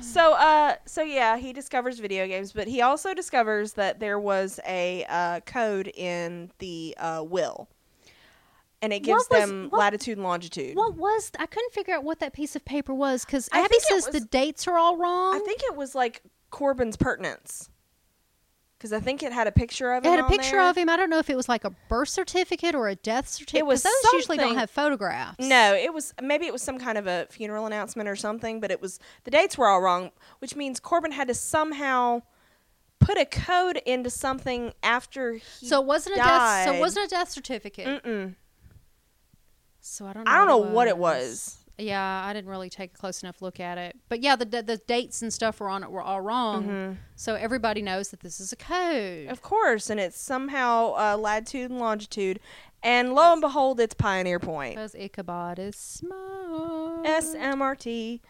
S1: So uh so yeah, he discovers video games, but he also discovers that there was a uh, code in the uh, will. And it gives
S2: What was-
S1: them
S2: what-
S1: latitude and longitude.
S2: What was? I couldn't figure out what that piece of paper was because
S1: I
S2: Abby
S1: think it
S2: says the
S1: was-
S2: dates are all wrong.
S1: I think it was like Corbin's pertinence. Cuz I think it had a picture of
S2: it
S1: him
S2: had a
S1: on
S2: picture
S1: there.
S2: of him. I don't know if it was like a birth certificate or a death certificate.
S1: was
S2: Because those usually don't
S1: something-
S2: have photographs.
S1: No, it was maybe it was some kind of a funeral announcement or something, but it was the dates were all wrong, which means Corbin had to somehow put a code into something after he
S2: So it wasn't a death. So it
S1: died.
S2: wasn't a death certificate.
S1: Mm-mm.
S2: So I don't. know
S1: I don't know what it was.
S2: Yeah, I didn't really take a close enough look at it. But yeah, the the, the dates and stuff were on it were all wrong.
S1: Mm-hmm.
S2: So everybody knows that this is a code.
S1: Of course, and it's somehow uh, latitude and longitude, and lo and behold, it's Pioneer Point,
S2: Because Ichabod is smart.
S1: SMRT,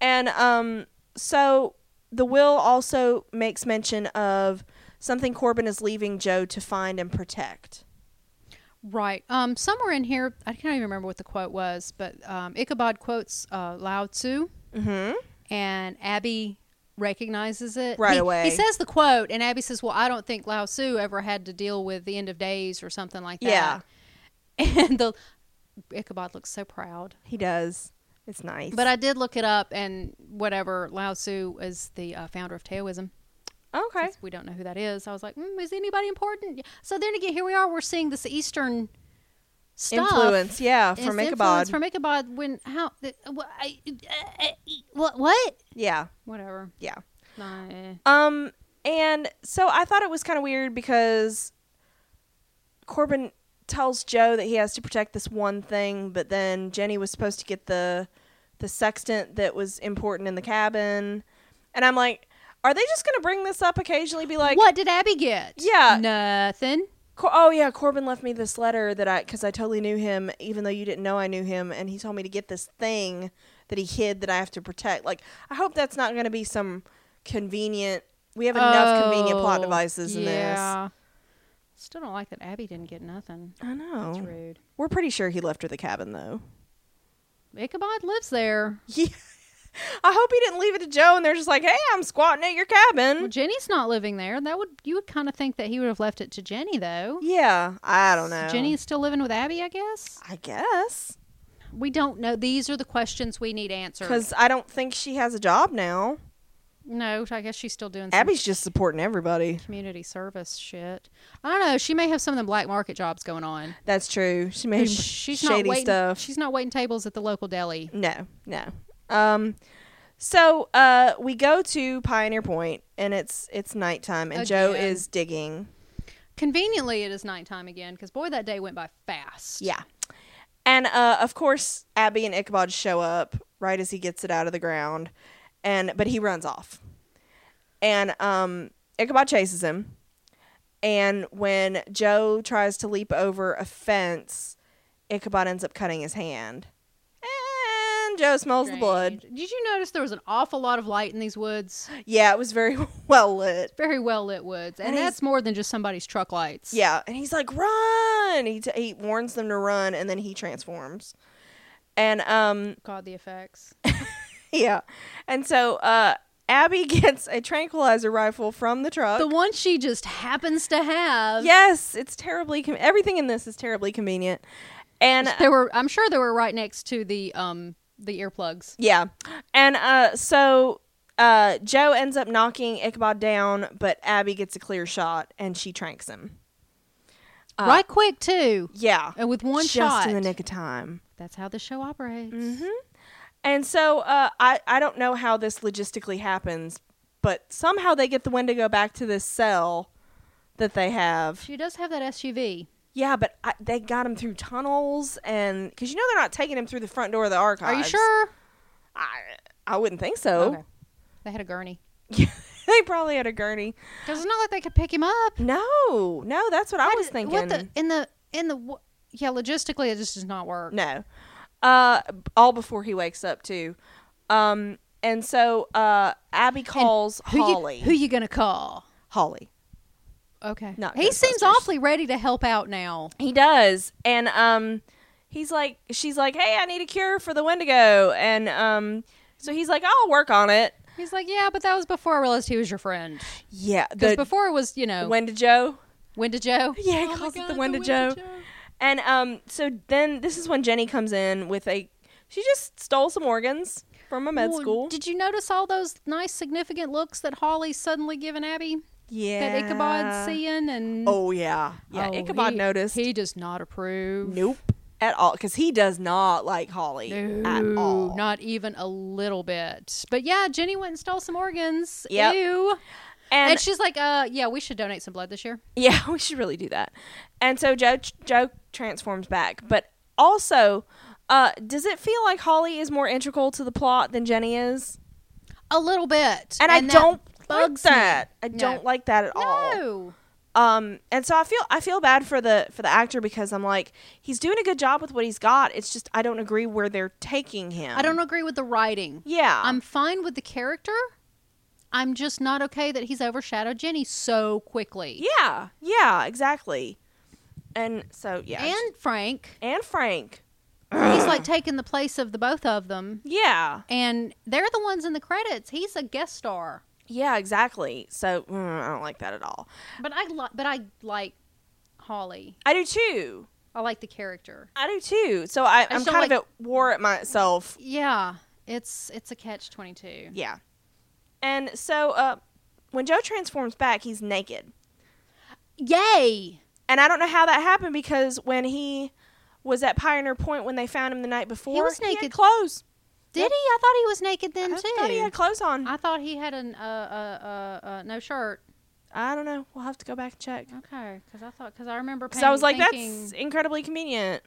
S1: and um, so the will also makes mention of something Corbin is leaving Joe to find and protect.
S2: Right. Um, somewhere in here, I can't even remember what the quote was, but um, Ichabod quotes uh, Lao Tzu,
S1: Mm-hmm.
S2: and Abby recognizes it
S1: Right
S2: He-
S1: away.
S2: He says the quote, and Abby says, "Well, I don't think Lao Tzu ever had to deal with the end of days or something like
S1: Yeah.
S2: that." Yeah. And the Ichabod looks so proud.
S1: He does. It's nice.
S2: But I did look it up, and whatever Lao Tzu is the uh, founder of Taoism.
S1: okay.
S2: Since We don't know who that is. I was like, mm, is anybody important? Yeah. So then again, here we are. We're seeing this Eastern stuff.
S1: Influence, yeah,
S2: It's
S1: from Ichabod.
S2: influence From Ichabod, when how? The, wha- I, uh, uh, what? What?
S1: yeah,
S2: Whatever.
S1: yeah.
S2: Nah, eh.
S1: Um, and so I thought it was kind of weird because Corbin tells Joe that he has to protect this one thing, but then Jenny was supposed to get the the sextant that was important in the cabin, and I'm like, are they just going to bring this up occasionally? Be like,
S2: what did Abby get?
S1: Yeah.
S2: Nothing.
S1: Cor- oh yeah, Corbin left me this letter that I because I totally knew him, even though you didn't know I knew him, and he told me to get this thing that he hid that I have to protect. Like I hope that's not going to be some convenient. We have enough convenient plot
S2: Oh,
S1: devices in
S2: yeah. Still don't like that Abby didn't get nothing.
S1: this. I know.
S2: That's rude.
S1: We're pretty sure he left her the cabin though.
S2: Ichabod lives there.
S1: Yeah. I hope he didn't leave it to Joe, and they're just like, "Hey, I'm squatting at your cabin."
S2: Well, Jenny's not living there. That would you would kind of think that he would have left it to Jenny though.
S1: yeah, I don't know.
S2: Jenny's still living with Abby, I guess.
S1: I guess.
S2: We don't know. These are the questions we need answered.
S1: Because I don't think she has a job now.
S2: No, I guess she's still doing some
S1: Abby's just supporting everybody.
S2: community service shit. I don't know. She may have some of the black market jobs going on.
S1: That's true. She
S2: 'Cause
S1: made
S2: She's not
S1: shady
S2: waiting.
S1: stuff.
S2: She's not waiting tables at the local deli.
S1: No, no. Um, so uh, we go to Pioneer Point, and it's it's nighttime, and Joe
S2: Again.
S1: is digging.
S2: Conveniently, it is nighttime again because boy, that day went by fast.
S1: Yeah, and uh, of course Abby and Ichabod show up right as he gets it out of the ground, and but he runs off, and um, Ichabod chases him, and when Joe tries to leap over a fence, Ichabod ends up cutting his hand, and Joe smells the blood.
S2: Strange. Did you notice there was an awful lot of light in these woods?
S1: Yeah, it was very well lit.
S2: Very well lit woods, and,
S1: And he's-
S2: that's more than just somebody's truck lights.
S1: Yeah, and he's like, "Run!" He, t- he warns them to run, and then he transforms. And um,
S2: God, the effects.
S1: yeah, and so uh, Abby gets a tranquilizer rifle from the truck.
S2: The one she just happens to have.
S1: yes, it's terribly com- everything in this is terribly convenient. And uh,
S2: They were. I'm sure they were right next to the um the earplugs.
S1: yeah, and uh, so uh, Joe ends up knocking Ichabod down, but Abby gets a clear shot, and she tranks him. Uh,
S2: right quick too,
S1: Yeah,
S2: and with one
S1: just
S2: shot.
S1: in the nick Mm-hmm. of time.
S2: That's how the show operates.
S1: And so uh, I I don't know how this logistically happens, but somehow they get the Wendigo back to this cell that they have.
S2: She does have that SUV.
S1: Yeah, but I, they got him through tunnels and because you know they're not taking him through the front door of the archives.
S2: Are you sure?
S1: I I wouldn't think so.
S2: Okay. They had a gurney.
S1: they probably had a gurney.
S2: Because it's not like they could pick him up.
S1: No, no, that's what I,
S2: How
S1: was
S2: did-
S1: thinking.
S2: What the in the in the wo- yeah, logistically it just does not work.
S1: No. Uh, all before he wakes up too. Um, and so uh, Abby calls
S2: Who
S1: Holly.
S2: you who you gonna call?
S1: Holly.
S2: Okay.
S1: Not
S2: he seems
S1: Ghostbusters.
S2: awfully ready to help out now.
S1: He does. And um he's like she's like, "Hey, I need a cure for the Wendigo." And um so he's like, "I'll work on it."
S2: He's like, yeah, but that was before I realized he was your friend.
S1: Yeah,
S2: Because
S1: the
S2: before it was, you know, when,
S1: Wendigo.
S2: to Joe.
S1: Yeah, he
S2: Oh my
S1: calls it
S2: God,
S1: the Wendy Joe. And um so then this is when Jenny comes in with a she just stole some organs from a med
S2: Well,
S1: school.
S2: Did you notice all those nice, significant looks that Holly's suddenly given Abby?
S1: yeah.
S2: That Ichabod's seeing and
S1: Oh yeah. Yeah,
S2: Oh,
S1: Ichabod
S2: he-
S1: noticed.
S2: He does not approve.
S1: nope. At all, because he does not like Holly at all.
S2: not even a little bit. But yeah, Jenny went and stole some organs.
S1: Yep.
S2: Ew. And,
S1: and
S2: she's like, uh, yeah, we should donate some blood this year.
S1: Yeah, we should really do that. And so Joe Joe transforms back, but also, uh, does it feel like Holly is more integral to the plot than Jenny is?
S2: A little bit.
S1: And, I
S2: that
S1: don't
S2: bugs me.
S1: like that. I
S2: No.
S1: don't like that at all.
S2: No.
S1: Um, and so I feel I feel bad for the for the actor because I'm like he's doing a good job with what he's got. It's just I don't agree where they're taking him.
S2: I don't agree with the writing.
S1: Yeah,
S2: I'm fine with the character. I'm just not okay that he's overshadowed Jenny so quickly.
S1: yeah, yeah, exactly. And so yeah,
S2: And Frank,
S1: and Frank,
S2: he's like taking the place of the both of them.
S1: yeah,
S2: And they're the ones in the credits. He's a guest star.
S1: yeah, exactly. So mm, I don't like that at all.
S2: But I li- but I like Holly.
S1: I do too.
S2: I like the character.
S1: I do too. So I, I'm
S2: just don't
S1: kind of at war at myself.
S2: Yeah, it's it's a catch twenty two.
S1: Yeah. And so uh, when Joe transforms back, he's naked.
S2: Yay!
S1: And I don't know how that happened because when he was at Pioneer Point when they found him the night before,
S2: was
S1: he had
S2: naked.
S1: clothes.
S2: Did he? I thought he was naked then
S1: I
S2: too.
S1: thought he had clothes on. I,
S2: I thought he had an uh, uh, uh, uh no shirt.
S1: don't know. We'll have to go back and check.
S2: Okay, because I thought because I remember.
S1: Because I was like,
S2: thinking,
S1: that's incredibly convenient.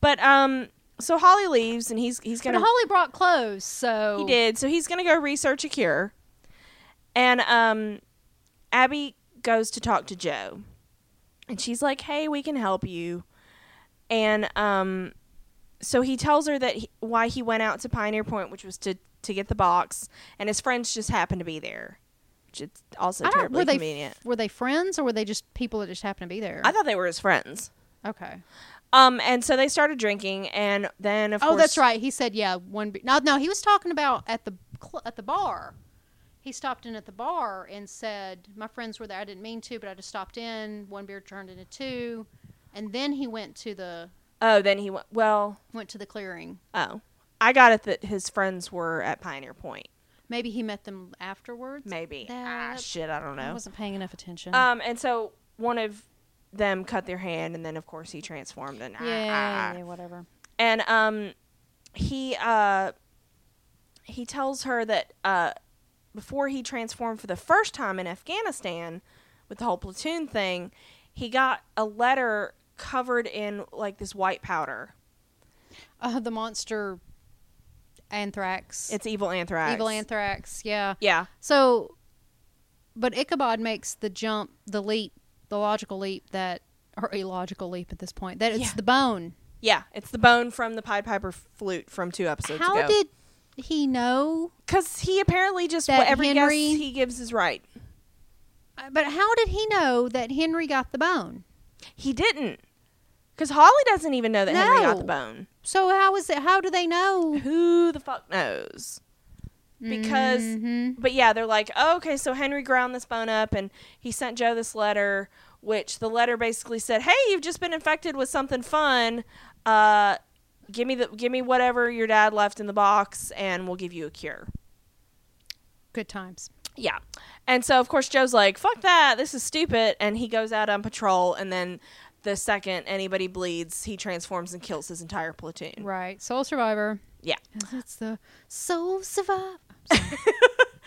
S1: But um, so Holly leaves and he's he's
S2: But
S1: gonna
S2: Holly brought clothes, so
S1: He did. So he's going to go research a cure. And um, Abby goes to talk to Joe. And she's like, hey, we can help you. And um, so he tells her that he, why he went out to Pioneer Point, which was to, to get the box. And his friends just happened to be there, which is also
S2: I don't,
S1: terribly
S2: were they
S1: convenient.
S2: were they friends or were they just people that just happened to be there?
S1: I thought they were his friends.
S2: okay.
S1: Um, and so they started drinking. And then, of
S2: Oh,
S1: course.
S2: that's right. He said, yeah, one. Be- no, no, he was talking about at the cl- at the bar. He stopped in at the bar and said, "My friends were there. I didn't mean to, but I just stopped in. One beer turned into two, and then he went to the
S1: Oh, then he went. Well,
S2: Went to the clearing.
S1: oh, I got it that his friends were at Pioneer Point.
S2: Maybe he met them afterwards.
S1: Maybe.
S2: No,
S1: ah,
S2: that-
S1: shit, I don't
S2: I
S1: know.
S2: wasn't paying enough attention.
S1: Um, and so one of them cut their hand, and then of course he transformed and ah, ah,
S2: yeah,
S1: ah.
S2: yeah, whatever.
S1: and um, he uh, he tells her that uh, before he transformed for the first time in Afghanistan with the whole platoon thing, he got a letter covered in like this white powder.
S2: Uh, the monster anthrax.
S1: It's evil anthrax.
S2: evil anthrax. Yeah.
S1: Yeah.
S2: So, but Ichabod makes the jump, the leap, the logical leap that, or illogical leap at this point, that it's
S1: Yeah.
S2: the bone.
S1: Yeah, it's the bone from the Pied Piper flute from two episodes
S2: How
S1: ago.
S2: did he know?
S1: Because he apparently just
S2: That
S1: every
S2: Henry-
S1: guess he gives is right.
S2: uh, But how did he know that Henry got the bone?
S1: He didn't. Because Holly doesn't even know that Henry got
S2: No.
S1: the bone.
S2: So how is it? How do they know?
S1: Who the fuck knows? Because,
S2: Mhm.
S1: but yeah, they're like, oh, okay, so Henry ground this bone up and he sent Joe this letter, which the letter basically said, hey, you've just been infected with something fun. Uh, give me the, give me whatever your dad left in the box and we'll give you a cure.
S2: good times.
S1: Yeah. And so, of course, Joe's like, fuck that. This is stupid. And he goes out on patrol. And then the second anybody bleeds, he transforms and kills his entire platoon.
S2: Right, soul survivor.
S1: Yeah.
S2: 'Cause It's the soul survivor.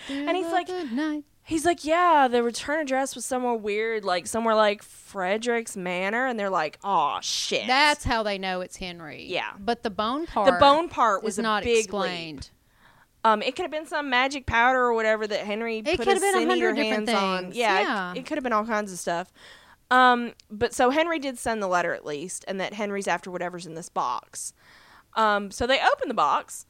S1: And he's like-
S2: good night.
S1: He's like, yeah, the return address was somewhere weird, like somewhere like Frederick's Manor. And they're like, oh, shit.
S2: That's how they know it's Henry.
S1: Yeah.
S2: but the bone part.
S1: the bone part was
S2: is
S1: a
S2: not
S1: big
S2: explained.
S1: leap. Um, it could have been some magic powder or whatever that Henry
S2: It
S1: put
S2: could
S1: his
S2: have been a
S1: sinier
S2: hundred different
S1: hands on.
S2: things.
S1: Yeah, it-
S2: Yeah.
S1: It, could have been all kinds of stuff. Um, but so Henry did send the letter at least, and that Henry's after whatever's in this box. Um, so they open the box,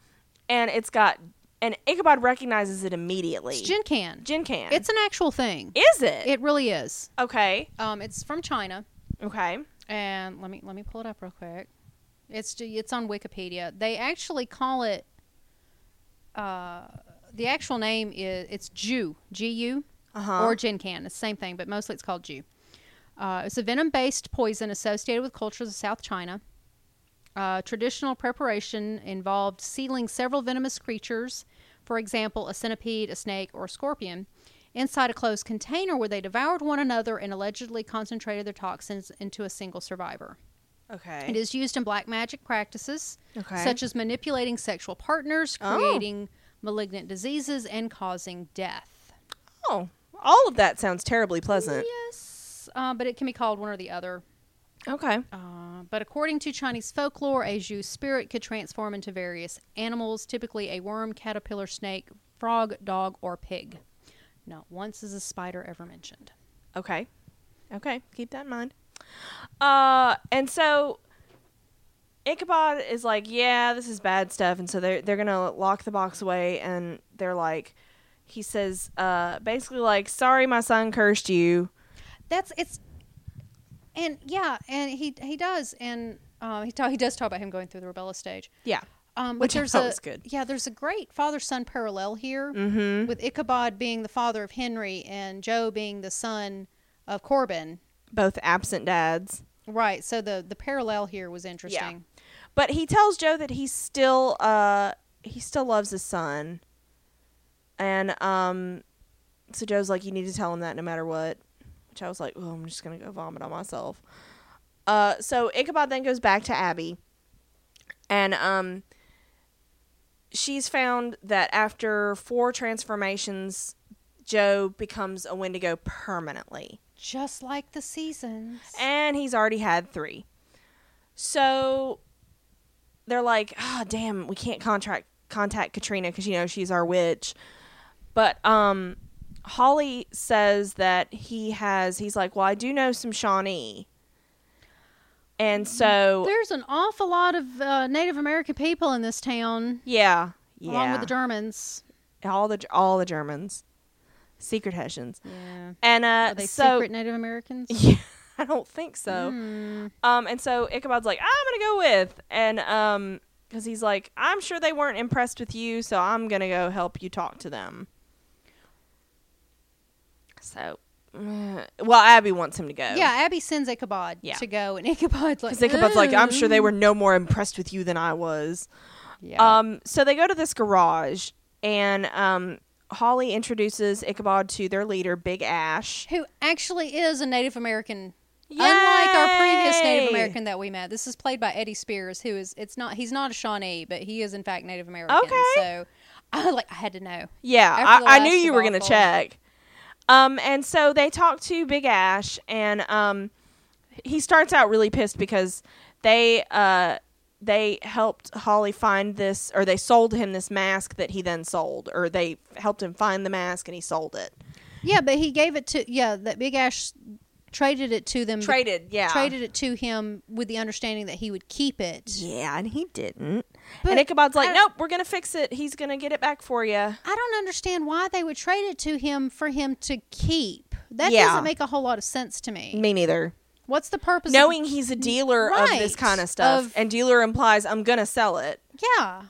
S1: and it's got, and Ichabod recognizes it immediately.
S2: It's gin can.
S1: Gin can.
S2: It's an actual thing.
S1: is it?
S2: It really is.
S1: Okay.
S2: Um, it's from China,
S1: Okay.
S2: and let me let me pull it up real quick. It's ju- it's on Wikipedia. They actually call it. Uh, the actual name is it's Jew G U
S1: Uh huh.
S2: or gin can. It's the same thing, but mostly it's called Jew. Uh, it's a venom based poison associated with cultures of South China. Uh, traditional preparation involved sealing several venomous creatures, for example, a centipede, a snake, or a scorpion, inside a closed container where they devoured one another and allegedly concentrated their toxins into a single survivor.
S1: okay.
S2: It is used in black magic practices,
S1: Okay.
S2: such as manipulating sexual partners,
S1: Oh.
S2: creating malignant diseases, and causing death.
S1: oh, all of that sounds terribly pleasant.
S2: Yes, uh, but it can be called one or the other.
S1: Okay.
S2: Uh, but according to Chinese folklore, a Zhu spirit could transform into various animals, typically a worm, caterpillar, snake, frog, dog, or pig. Not once is a spider ever mentioned.
S1: Okay. Okay. Keep that in mind. Uh, and so Ichabod is like, yeah, this is bad stuff. And so they're, they're going to lock the box away. And they're like, he says, uh, basically like, sorry, my son cursed you.
S2: That's it's, and yeah, and he he does, and uh, he ta- he does talk about him going through the rebellious stage.
S1: Yeah.
S2: Um, but
S1: Which I
S2: there's
S1: thought
S2: a
S1: was good.
S2: yeah, there's a great father son parallel here
S1: Mm-hmm.
S2: with Ichabod being the father of Henry and Joe being the son of Corbin.
S1: Both absent dads.
S2: Right. So the the parallel here was interesting.
S1: But he tells Joe that he still, uh, he still loves his son. And, um, so Joe's like, you need to tell him that no matter what. Which I was like, oh, I'm just going to go vomit on myself. Uh, so Ichabod then goes back to Abby, and um, she's found that after four transformations, Joe becomes a Wendigo permanently,
S2: Just like the seasons.
S1: and he's already had three. So they're like, oh, damn, we can't contract contact Katrina because you know she's our witch. But um, Holly says that he has. He's like, well, I do know some Shawnee. And so
S2: There's an awful lot of uh, Native American people in this town,
S1: Yeah, yeah.
S2: along with the Germans.
S1: all the all the Germans, secret Hessians,
S2: Yeah.
S1: and uh,
S2: Are they
S1: so
S2: secret Native Americans?
S1: yeah, I don't think so.
S2: Hmm.
S1: Um, and so Ichabod's like, I'm gonna go with, and um, because he's like, I'm sure they weren't impressed with you, so I'm gonna go help you talk to them. So Uh, well, Abby wants him to go.
S2: Yeah, Abby sends Ichabod
S1: Yeah.
S2: to go, and Ichabod's like,
S1: Because Ichabod's like, I'm sure they
S2: "Ooh."
S1: were no more impressed with you than I was.
S2: Yeah.
S1: Um, so they go to this garage, and um, Holly introduces Ichabod to their leader, Big Ash.
S2: who actually is a Native American. Unlike our previous Native American that we met, this is played by Eddie Spears, who is it's not he's not a Shawnee, but he is in fact Native American.
S1: Okay.
S2: So I like I had to know.
S1: Yeah,
S2: After the
S1: I, I knew
S2: last
S1: you were going to
S2: debacle.
S1: check. Um, and so they talk to Big Ash, and um, he starts out really pissed because they uh, they helped Holly find this, or they sold him this mask that he then sold, or they helped him find the mask and he sold it.
S2: Yeah, but he gave it to yeah, that Big Ash traded it to them.
S1: Traded, yeah.
S2: Traded it to him with the understanding that he would keep it.
S1: Yeah, and he didn't.
S2: But
S1: and Ichabod's like,
S2: I-
S1: nope, we're going to fix it. He's going to get it back for you.
S2: I don't understand why they would trade it to him for him to keep. That
S1: Yeah.
S2: doesn't make a whole lot of sense to me.
S1: Me neither.
S2: What's the purpose?
S1: Knowing he's a dealer of this
S2: Right,
S1: kind of stuff,
S2: of-
S1: and dealer implies I'm going to sell it.
S2: of, yeah.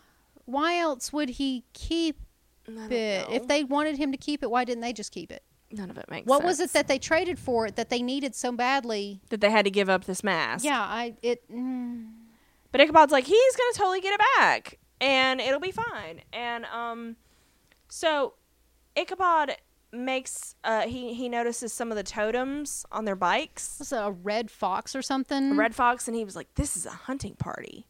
S2: Why else would he keep it?
S1: know.
S2: If they wanted him to keep it, why didn't they just keep it?
S1: None of it makes
S2: What
S1: sense.
S2: was it that they traded for it that they needed so badly?
S1: that they had to give up this mask.
S2: Yeah, I it. Mm,
S1: But Ichabod's like, he's gonna totally get it back, and it'll be fine. And um, so Ichabod makes uh, he he notices some of the totems on their bikes,
S2: was it a red fox or something?
S1: a red fox, and he was like, this is a hunting party.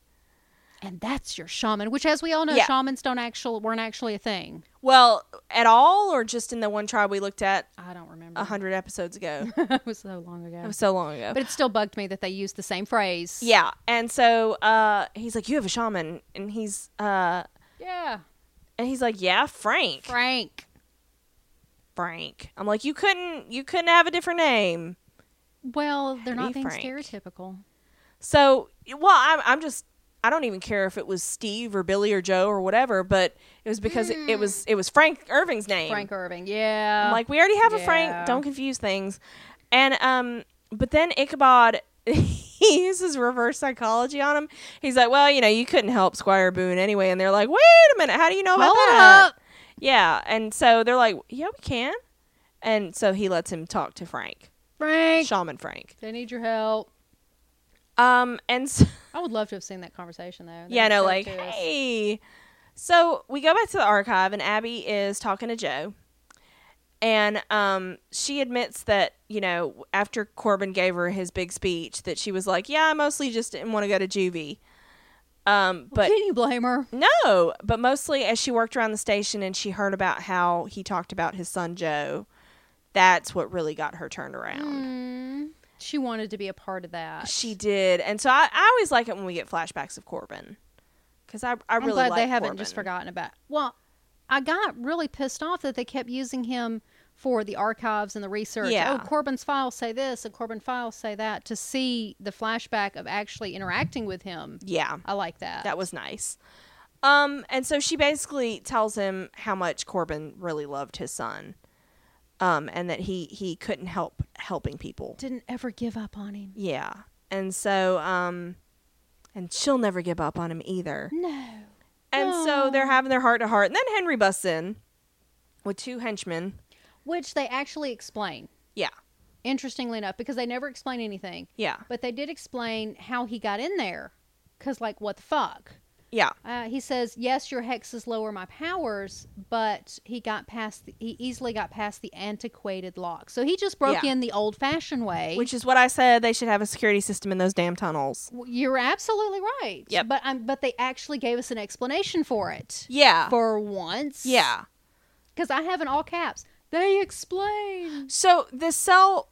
S2: and that's your shaman, which, as we all know,
S1: Yeah.
S2: shamans don't actually weren't actually a thing.
S1: Well, at all, or just in the one tribe we looked at
S2: I don't remember.
S1: a hundred episodes ago.
S2: it was so long ago.
S1: That was so long ago.
S2: but it still bugged me that they used the same phrase.
S1: yeah, and so uh, he's like, you have a shaman, and he's uh,
S2: Yeah.
S1: and he's like, yeah, Frank.
S2: Frank.
S1: Frank. I'm like, you couldn't you couldn't have a different name.
S2: Well, they're not
S1: Hey,
S2: being
S1: Frank.
S2: stereotypical.
S1: So, well, I'm, I'm just, I don't even care if it was Steve or Billy or Joe or whatever, but it was because it, it was it was Frank Irving's name.
S2: Frank Irving. Yeah.
S1: I'm like, we already have a
S2: Yeah.
S1: Frank. Don't confuse things. And um, but then Ichabod. He uses reverse psychology on him. He's like, "Well, you know, you couldn't help Squire Boone anyway." And they're like, "Wait a minute, how do you know about
S2: Hold
S1: that?"
S2: up.
S1: Yeah, and so they're like, "Yeah, we can." And so he lets him talk to Frank,
S2: Frank.
S1: Shaman Frank.
S2: They need your help.
S1: Um, and so,
S2: I would love to have seen that conversation though. They
S1: yeah,
S2: didn't
S1: no,
S2: show it
S1: like,
S2: to us.
S1: hey. So we go back to the archive, and Abby is talking to Joe, and um, she admits that you know after Corbin gave her his big speech, that she was like, yeah, I mostly just didn't want to go to juvie. Um, but
S2: can you blame her?
S1: no, but mostly as she worked around the station and she heard about how he talked about his son Joe, that's what really got her turned around.
S2: Mm, she wanted to be a part of that.
S1: Hmm. She did, and so I, I always like it when we get flashbacks of Corbin because I I
S2: I'm
S1: really
S2: glad
S1: like
S2: they haven't just
S1: Corbin.
S2: forgotten about. Well, I got really pissed off that they kept using him for the archives and the research.
S1: Yeah.
S2: Oh, Corbin's files say this and Corbin files say that to see the flashback of actually interacting with him.
S1: Yeah,
S2: I like that.
S1: that was nice. Um, and so she basically tells him how much Corbin really loved his son, um, and that he he couldn't help helping people.
S2: didn't ever give up on him.
S1: Yeah, and so um, and she'll never give up on him either.
S2: No.
S1: And so
S2: Aw.
S1: they're having their heart to heart, and then Henry busts in with two henchmen.
S2: Which they actually explain,
S1: Yeah,
S2: interestingly enough, because they never explain anything.
S1: yeah,
S2: But they did explain how he got in there. Because, like, what the fuck?
S1: yeah,
S2: Uh, he says, yes, your hexes lower my powers, but he got past, the, he easily got past the antiquated lock. So he just broke
S1: Yeah.
S2: in the old fashioned way.
S1: which is what I said. They should have a security system in those damn tunnels.
S2: W- You're absolutely right.
S1: Yep.
S2: But um, but they actually gave us an explanation for it.
S1: Yeah,
S2: For once.
S1: yeah.
S2: Because I have in all caps. They explain.
S1: So the cell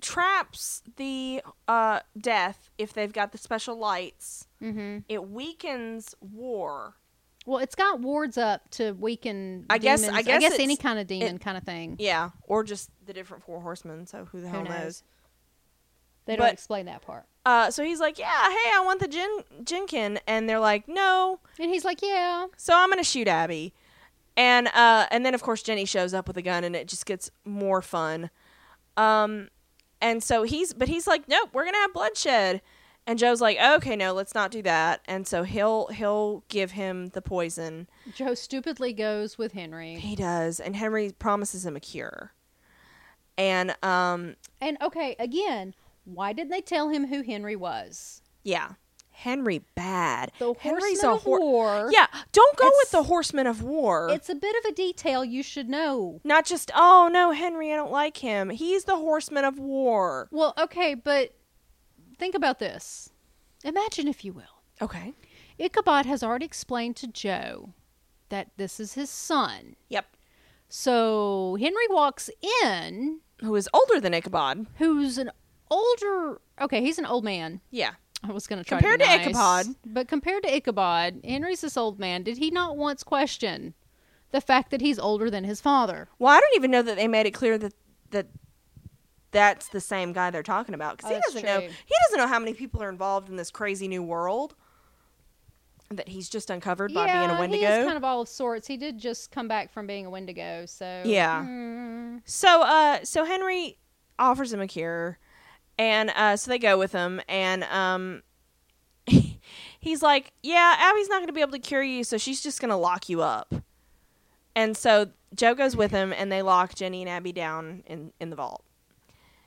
S1: traps the uh, death if they've got the special lights.
S2: Mm-hmm.
S1: It weakens war.
S2: Well, it's got wards up to weaken.
S1: I guess-
S2: demons.
S1: I guess it's-
S2: any kind of demon
S1: it-
S2: kind of thing.
S1: Yeah, or just the different four horsemen. So who the hell knows?
S2: knows? They don't
S1: but-
S2: explain that part.
S1: Uh, so he's like, "Yeah, hey, I want the Jin Jinkin," and they're like, "No."
S2: And he's like, "Yeah,
S1: So I'm gonna shoot Abby, and uh, and then of course Jenny shows up with a gun, and it just gets more fun. Um, and so he's, but he's like, "Nope, we're gonna have bloodshed." And Joe's like, "Okay, no, let's not do that." And so he'll he'll give him the poison.
S2: Joe stupidly goes with Henry."
S1: He does, and Henry promises him a cure. and um,
S2: And okay, again, why didn't they tell him who Henry was?
S1: yeah, Henry bad.
S2: The
S1: Henry's
S2: horseman
S1: a
S2: of
S1: hor-
S2: war.
S1: Yeah, don't go with
S2: It's-
S1: the horseman of war.
S2: It's a bit of a detail you should know.
S1: Not just oh no, Henry, I don't like him. He's the horseman of war.
S2: Well, okay, but think about this. Imagine, if you will,
S1: Okay.
S2: Ichabod has already explained to Joe that this is his son.
S1: Yep.
S2: So Henry walks in,
S1: Who is older than Ichabod?
S2: who's an older. Okay, he's an old man.
S1: Yeah.
S2: I was going to try
S1: Compared
S2: to,
S1: to
S2: be nice,
S1: Ichabod.
S2: but compared to Ichabod, Henry's this old man. Did he not once question the fact that he's older than his father?
S1: Well, I don't even know that they made it clear that that that's the same guy they're talking about because he
S2: Oh, that's
S1: doesn't know
S2: true.
S1: he doesn't know how many people are involved in this crazy new world that he's just uncovered by being a Wendigo.
S2: he is kind of all of sorts. He did just come back from being a Wendigo, so
S1: Yeah.
S2: Hmm.
S1: So, uh, so Henry offers him a cure, and uh, so they go with him, and um, he's like, "Yeah, Abby's not going to be able to cure you, so she's just going to lock you up." And so Joe goes with him, and they lock Jenny and Abby down in in the vault,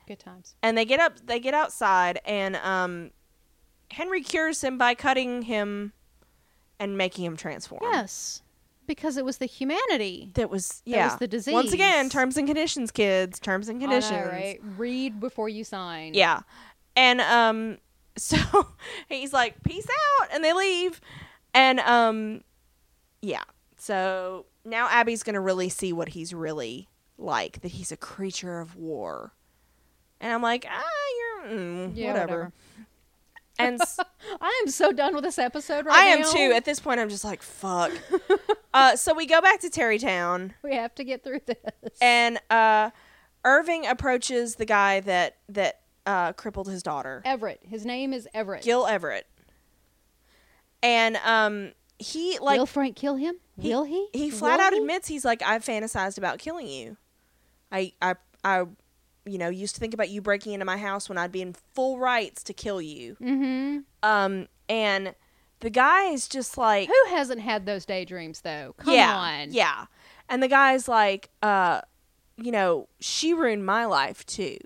S2: good times.
S1: and they get up, they get outside, and um, Henry cures him by cutting him and making him transform.
S2: Yes, because it was the humanity.
S1: That was
S2: That
S1: yeah.
S2: was the
S1: Once again,
S2: disease.
S1: terms and conditions, kids. Terms and
S2: I know,
S1: conditions.
S2: right? Read before you sign.
S1: Yeah. And um so he's like, Peace out and they leave. And um yeah. So now Abby's gonna really see what he's really like, that he's a creature of war. And I'm like, ah, you're mm,
S2: Yeah,
S1: whatever.
S2: whatever.
S1: And s-
S2: I am so done with this episode right
S1: I am
S2: now.
S1: too. At this point, I'm just like, fuck. uh, so we go back to Terrytown,
S2: We have to get through this.
S1: and uh, Irving approaches the guy that that uh, crippled his daughter.
S2: Everett. His name is Everett.
S1: Gil Everett. And um he like
S2: Will Frank kill him?
S1: He-
S2: Will he?
S1: he flat
S2: Will
S1: out
S2: he?
S1: admits he's like I've fantasized about killing you. I I I you know, used to think about you breaking into my house when I'd be in full rights to kill you.
S2: Mm-hmm.
S1: Um and the guy is just like
S2: Who hasn't had those daydreams though? Come
S1: yeah,
S2: on.
S1: Yeah. And the guy's like uh you know, she ruined my life too.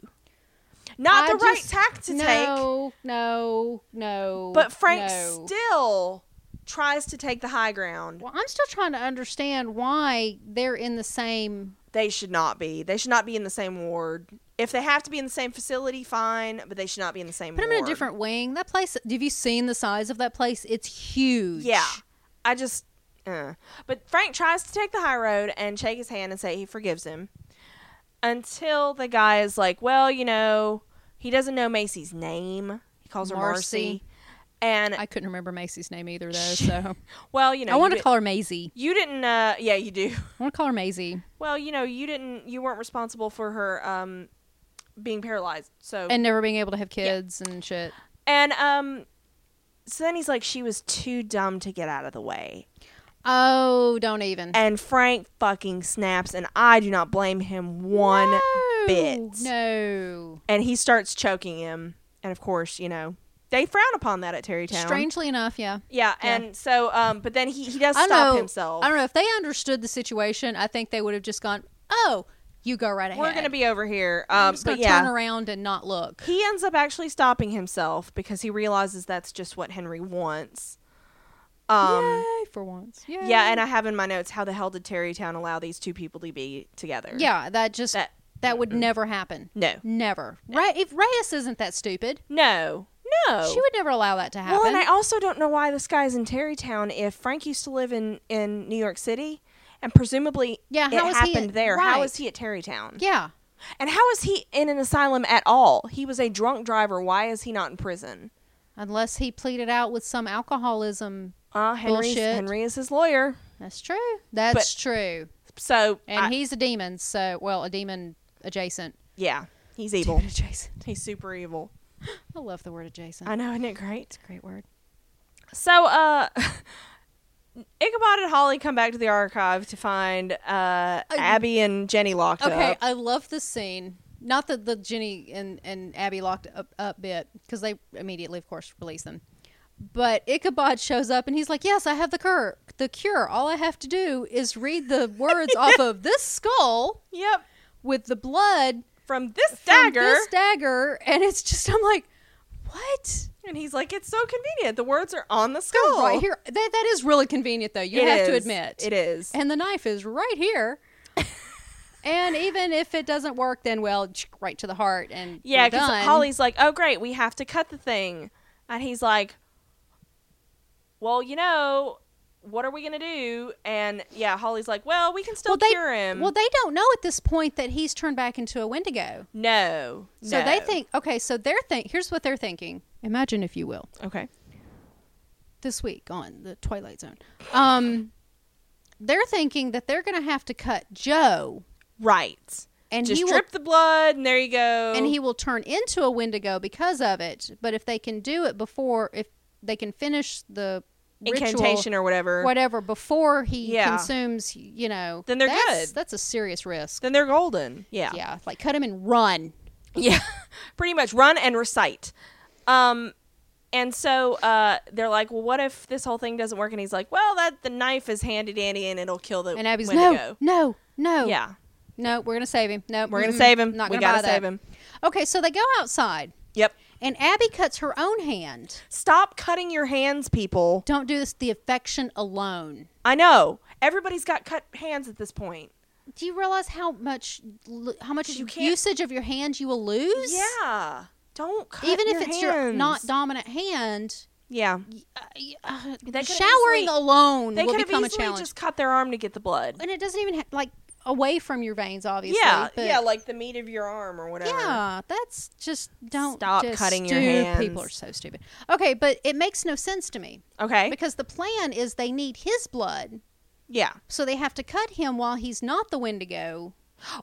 S1: Not
S2: I
S1: the right
S2: just-
S1: tack to take.
S2: No, no, no.
S1: But Frank
S2: no.
S1: still tries to take the high ground.
S2: Well, I'm still trying to understand why they're in the same.
S1: They should not be. They should not be in the same ward. If they have to be in the same facility, fine, but they should not be in the same
S2: Put them
S1: ward.
S2: in a different wing. That place. Have you seen the size of that place? It's huge.
S1: Yeah. I just. Uh. But Frank tries to take the high road and shake his hand and say he forgives him. Until the guy is like, well, you know, he doesn't know Macy's name. He calls her Marcy.
S2: Marcy.
S1: And,
S2: I couldn't remember Macy's name either, though. So
S1: well, you know.
S2: I want
S1: you
S2: to
S1: di-
S2: call her Maisie.
S1: You didn't. Uh, yeah, you do.
S2: I want to call her Maisie.
S1: Well, you know, you didn't. You weren't responsible for her um, being paralyzed. So
S2: And never being able to have kids and shit.
S1: And um so then he's like she was too dumb to get out of the way.
S2: Oh, don't even.
S1: And Frank fucking snaps and I do not blame him one
S2: no,
S1: bit.
S2: No.
S1: and he starts choking him. And of course, you know, they frown upon that at Terrytown.
S2: Strangely enough, yeah.
S1: Yeah,
S2: Yeah.
S1: and so um but then he he does
S2: I
S1: stop
S2: know,
S1: himself.
S2: I don't know if they understood the situation. I think they would have just gone, "Oh, you go right ahead.
S1: We're going to be over here.
S2: I'm
S1: Um
S2: just
S1: but
S2: gonna
S1: yeah.
S2: turn around and not look."
S1: He ends up actually stopping himself because he realizes that's just what Henry wants. Um
S2: Yay for once. Yay.
S1: Yeah, and I have in my notes how the hell did Terrytown allow these two people to be together?
S2: yeah, that just
S1: That-
S2: that, would never happen.
S1: No.
S2: Never. Right? If Reyes isn't that stupid,
S1: No. No.
S2: she would never allow that to happen.
S1: Oh. well, and I also don't know why this guy's in Terrytown if Frank used to live in, in New York City and presumably
S2: Yeah,
S1: it
S2: how is he
S1: happened
S2: at-
S1: there. How
S2: right.
S1: is he at Terrytown?
S2: yeah.
S1: And how is he in an asylum at all? He was a drunk driver. Why is he not in prison?
S2: Unless he pleaded out with some alcoholism.
S1: Uh, Henry's,
S2: Bullshit.
S1: Henry is his lawyer.
S2: That's true. That's true.
S1: So,
S2: And
S1: I-
S2: he's a demon, so well, a demon adjacent.
S1: yeah, he's evil.
S2: Demon adjacent.
S1: He's super evil.
S2: I love the word adjacent.
S1: I know, isn't it great?
S2: it's a great word.
S1: So, uh, Ichabod and Holly come back to the archive to find uh, Abby and Jenny locked
S2: Okay,
S1: up.
S2: I love this scene. Not that the Jenny and, and Abby locked up, up bit because they immediately, of course, release them. But Ichabod shows up and he's like, "Yes, I have the cure. The cure. All I have to do is read the words off of this skull
S1: Yep.
S2: with the blood
S1: from this
S2: from
S1: dagger.
S2: this dagger, and it's just I'm like, what?
S1: and he's like, it's so convenient. The words are on the
S2: They're
S1: skull.
S2: right here. That that is really convenient though. You
S1: It
S2: have to
S1: is.
S2: admit
S1: It is.
S2: And the knife is right here. and even if it doesn't work, then well, right to the heart, and
S1: yeah,
S2: we're
S1: because
S2: done.
S1: Holly's like, oh, great, we have to cut the thing. And he's like, well, you know, what are we going to do? And yeah, Holly's like, well, we can still
S2: they,
S1: cure him.
S2: Well, they don't know at this point that he's turned back into a Wendigo.
S1: no.
S2: So
S1: no.
S2: they think, okay, so they're think. Here's what they're thinking. Imagine, if you will,
S1: Okay.
S2: this week on the Twilight Zone, um, they're thinking that they're going to have to cut Joe,
S1: Right.
S2: and
S1: Just
S2: he will,
S1: strip the blood, and there you go.
S2: and he will turn into a Wendigo because of it. But if they can do it before, if they can finish the ritual,
S1: incantation or whatever.
S2: whatever, before he
S1: Yeah.
S2: consumes, you know,
S1: Then they're
S2: that's,
S1: good.
S2: That's a serious risk.
S1: Then they're golden. Yeah.
S2: yeah, like cut him and run.
S1: Yeah, pretty much run and recite. Um, and so uh, they're like, "Well, what if this whole thing doesn't work?" And he's like, "Well, that the knife is handy dandy, and it'll kill the
S2: And Abby's
S1: Wendigo."
S2: no, no, no.
S1: Yeah,
S2: No, we're gonna save him. No,
S1: we're gonna
S2: mm-mm,
S1: save him.
S2: Not
S1: we
S2: gonna
S1: gotta
S2: buy that.
S1: save him.
S2: Okay, so they go outside,
S1: Yep.
S2: and Abby cuts her own hand.
S1: Stop cutting your hands, people.
S2: Don't do this. The affection alone.
S1: I know everybody's got cut hands at this point.
S2: Do you realize how much l- how much
S1: You can't-
S2: usage of your hand you will lose?
S1: Yeah. Don't cut
S2: Even if
S1: your
S2: it's your
S1: hands.
S2: not dominant hand,
S1: Yeah.
S2: uh, y- uh,
S1: They could've
S2: showering
S1: easily-
S2: alone
S1: They
S2: will
S1: could have
S2: become
S1: easily
S2: a challenge.
S1: just cut their arm to get the blood.
S2: And it doesn't even ha- like away from your veins, obviously.
S1: Yeah,
S2: but-
S1: yeah, like the meat of your arm or whatever.
S2: Yeah, that's just don't
S1: Stop
S2: just
S1: cutting your
S2: do-
S1: hands.
S2: People are so stupid. Okay, but it makes no sense to me
S1: Okay.
S2: because the plan is they need his blood,
S1: Yeah.
S2: so they have to cut him while he's not the Wendigo.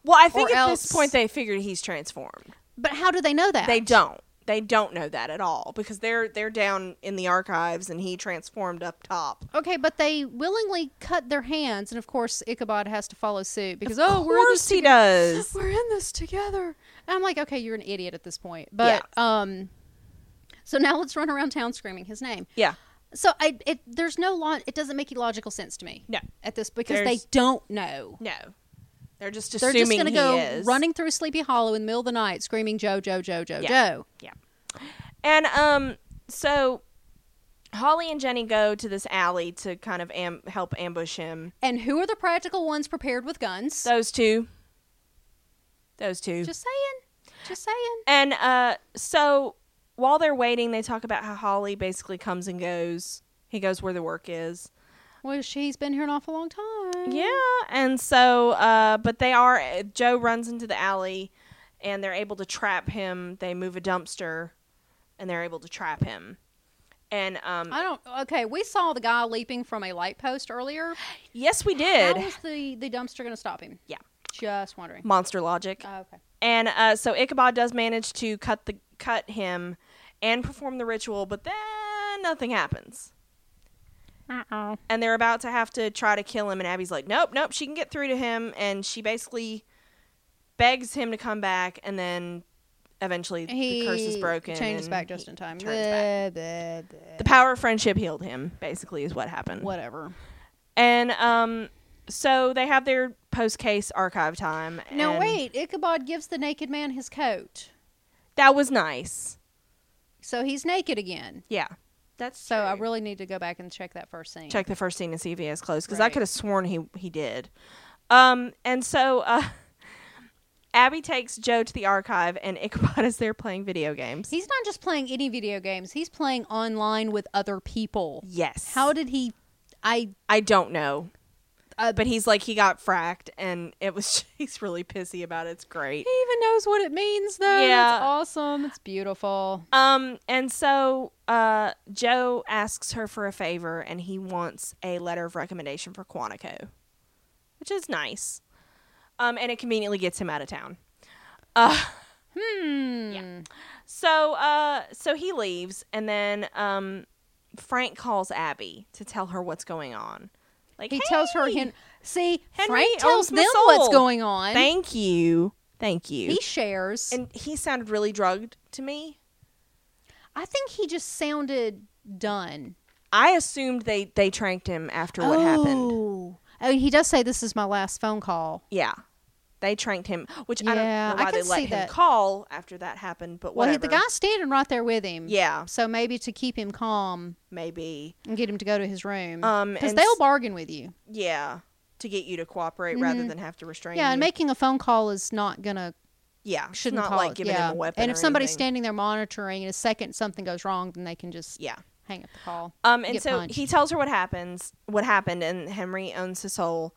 S1: Well, I think
S2: Or
S1: at
S2: else-
S1: this point they figured he's transformed.
S2: But how do they know that?
S1: They don't. They don't know that at all because they're they're down in the archives and he transformed up top.
S2: Okay, but they willingly cut their hands, and of course Ichabod has to follow suit because oh, we're in this
S1: he does.
S2: we're in this together. And I'm like, okay, you're an idiot at this point. But um, so now let's run around town screaming his name.
S1: Yeah.
S2: So I it there's no law. It doesn't make logical sense to me.
S1: No.
S2: at this because
S1: There's-
S2: they don't know.
S1: No. They're just
S2: They're
S1: assuming
S2: just going to
S1: he
S2: go
S1: is.
S2: running through Sleepy Hollow in the middle of the night, screaming Joe, Joe, Joe, Joe,
S1: Yeah.
S2: Joe.
S1: And um, so Holly and Jenny go to this alley to kind of am- help ambush him.
S2: And who are the practical ones prepared with guns?
S1: Those two. Those two.
S2: just saying, just saying.
S1: And uh, so while they're waiting, they talk about how Holly basically comes and goes. He goes where the work is.
S2: Well, she's been here an awful long time.
S1: Yeah. And so, uh, but they are, uh, Joe runs into the alley and they're able to trap him. They move a dumpster and they're able to trap him. And um,
S2: I don't. Okay, we saw the guy leaping from a light post earlier.
S1: yes, we
S2: How
S1: did.
S2: was the the dumpster going to stop him?
S1: Yeah.
S2: Just wondering.
S1: Monster logic.
S2: Oh, okay.
S1: And uh, so Ichabod does manage to cut the cut him and perform the ritual, but then nothing happens.
S2: Uh oh.
S1: and they're about to have to try to kill him and abby's like nope nope she can get through to him and she basically begs him to come back and then eventually the curse is broken
S2: Changes
S1: and
S2: back just
S1: he
S2: in time.
S1: turns back.
S2: Blah, blah, blah.
S1: the power of friendship healed him basically is what happened
S2: Whatever.
S1: and um so they have their post case archive time
S2: Now
S1: and
S2: wait, Ichabod gives the naked man his coat,
S1: that was nice
S2: so he's naked again.
S1: yeah that's
S2: So I
S1: true.
S2: really need to go back and check that first scene.
S1: check the first scene and see if he has clothes because I
S2: Right.
S1: could have sworn he he did. Um, and so uh, Abby takes Joe to the archive, and Ichabod is there playing video games.
S2: He's not just playing any video games; he's playing online with other people.
S1: yes,
S2: How did he? I
S1: I don't know,
S2: Uh,
S1: but he's like he got fracked, and it was he's really pissy about it. It's great.
S2: he even knows what it means, though.
S1: Yeah.
S2: it's awesome. It's beautiful.
S1: Um, and so uh, Joe asks her for a favor, and he wants a letter of recommendation for Quantico, which is nice. Um, and it conveniently gets him out of town.
S2: Hmm.
S1: So uh so he leaves and then um Frank calls Abby to tell her what's going on. Like
S2: He tells her,
S1: "Hey,
S2: Hen- "See,
S1: Henry
S2: Frank
S1: owns
S2: tells
S1: my
S2: them what's
S1: soul.
S2: going on.
S1: Thank you. Thank you.
S2: he shares,
S1: and he sounded really drugged to me.
S2: I think he just sounded done.
S1: I assumed they they tranked him after what happened.
S2: Oh. Oh, he does say this is my last phone call.
S1: Yeah. They tranked him, which I
S2: Yeah,
S1: don't know
S2: I
S1: why they
S2: can
S1: let
S2: see
S1: him
S2: that.
S1: call after that happened, but
S2: Well,
S1: whatever.
S2: he, the guy's standing right there with him.
S1: yeah,
S2: So maybe to keep him calm
S1: maybe,
S2: and get him to go to his room.
S1: Um,
S2: Because
S1: and
S2: they'll
S1: s-
S2: bargain with you.
S1: yeah, to get you to cooperate rather
S2: Mhm.
S1: than have to restrain.
S2: Yeah, and
S1: you.
S2: making a phone call is not gonna
S1: yeah, it's
S2: shouldn't
S1: not
S2: call
S1: like
S2: it-
S1: giving
S2: yeah.
S1: him a weapon.
S2: And if
S1: or
S2: somebody's
S1: anything.
S2: standing there monitoring, and a second something goes wrong, then they can just
S1: yeah,
S2: hang up the call.
S1: Um, and
S2: get
S1: so
S2: punched.
S1: he tells her what happens, what happened, and Henry owns his soul,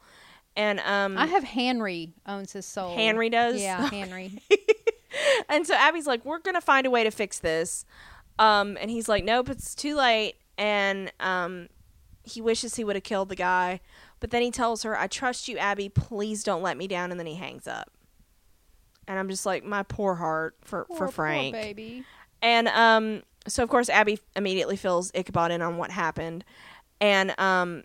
S1: and um,
S2: I have Henry owns his soul.
S1: Henry does.
S2: Yeah, Henry.
S1: and so Abby's like, "We're gonna find a way to fix this," um, and he's like, "Nope, it's too late." And um, he wishes he would have killed the guy, but then he tells her, "I trust you, Abby. Please don't let me down." And then he hangs up. And I'm just like, my poor heart for
S2: Poor-
S1: for
S2: poor
S1: Frank.
S2: baby.
S1: And um, so of course Abby immediately fills Ichabod in on what happened, and um,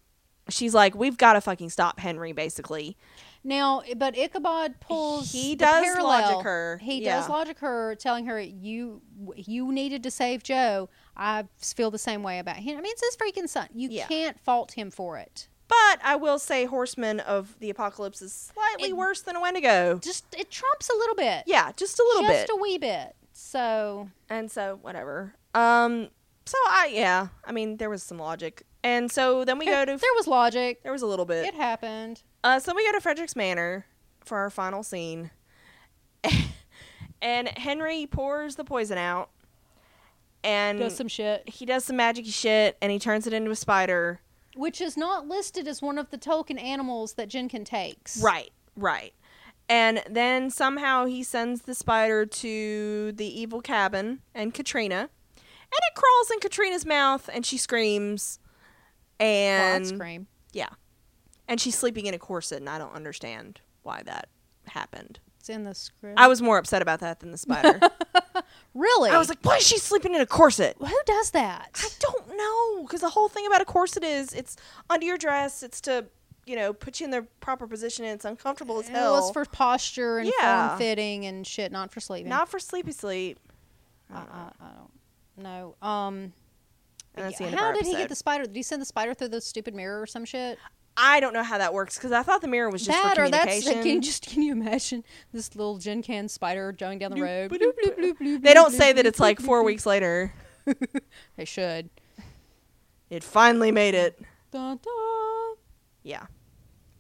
S1: she's like, "We've got to fucking stop Henry." Basically,
S2: Now, but Ichabod pulls.
S1: He
S2: the
S1: does
S2: parallel.
S1: logic her,
S2: He
S1: yeah.
S2: does logic her, telling her you you needed to save Joe. I feel the same way about him. I mean, it's his freaking son. You
S1: Yeah.
S2: can't fault him for it.
S1: but I will say, Horseman of the Apocalypse is slightly
S2: It-
S1: worse than a Wendigo.
S2: Just it trumps a little bit.
S1: Yeah, just a little
S2: just
S1: bit,
S2: a wee bit. So
S1: and so whatever. Um, so I yeah, I mean there was some logic, and so then we go to
S2: there was logic.
S1: there was a little bit.
S2: It happened.
S1: Uh, so we go to Frederick's Manor for our final scene. and Henry pours the poison out. And
S2: Does some shit,
S1: he does some magic shit and he turns it into a spider.
S2: which is not listed as one of the token animals that Jenkin takes.
S1: Right, right. And then somehow he sends the spider to the evil cabin and Katrina. And it crawls in Katrina's mouth and she screams.
S2: Well, I'd
S1: And
S2: scream.
S1: yeah. And she's sleeping in a corset and I don't understand why that happened.
S2: It's in the script.
S1: I was more upset about that than the spider.
S2: really.
S1: I was like, why is she sleeping in a corset?
S2: who does that?
S1: I don't know. Because the whole thing about a corset is it's under your dress, it's to, you know, put you in the proper position, and it's uncomfortable as
S2: It was
S1: hell.
S2: for posture and
S1: Yeah.
S2: form fitting and shit, not for sleeping.
S1: Not for sleepy sleep.
S2: I, I, I don't know. Um,
S1: And that's
S2: yeah,
S1: the end
S2: how
S1: of our
S2: did he get
S1: episode.
S2: the spider? Did he send the spider through the stupid mirror or some shit?
S1: I don't know how that works because I thought the mirror was just
S2: that
S1: for
S2: or that's
S1: communication.
S2: like, can you just can you imagine this little gin can spider going down the road?
S1: bloop,
S2: Bloop, bloop, bloop,
S1: they
S2: bloop,
S1: don't
S2: bloop,
S1: say that
S2: bloop,
S1: it's like
S2: bloop,
S1: four
S2: bloop.
S1: weeks later.
S2: They should.
S1: It finally made it.
S2: Dun, dun.
S1: Yeah.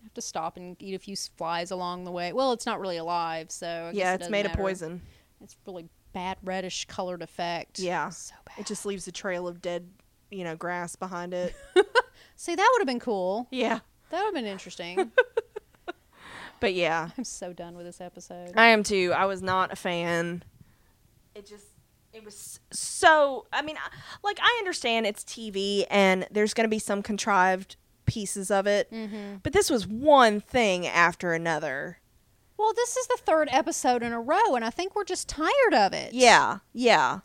S2: Have to stop and eat a few s- flies along the way. Well, it's not really alive, so I guess
S1: Yeah,
S2: it
S1: it's
S2: doesn't
S1: made of
S2: matter.
S1: poison.
S2: It's really bad reddish colored effect.
S1: Yeah.
S2: so bad.
S1: It just leaves a trail of dead, you know, grass behind it.
S2: See, that would have been cool.
S1: yeah.
S2: That would have been interesting.
S1: But yeah.
S2: I'm so done with this episode.
S1: I am too. I was not a fan. It just it was so I mean I- like I understand it's TV and there's going to be some contrived pieces of it.
S2: Mhm.
S1: But this was one thing after another.
S2: Well, this is the third episode in a row, and I think we're just tired of it.
S1: Yeah. Yeah.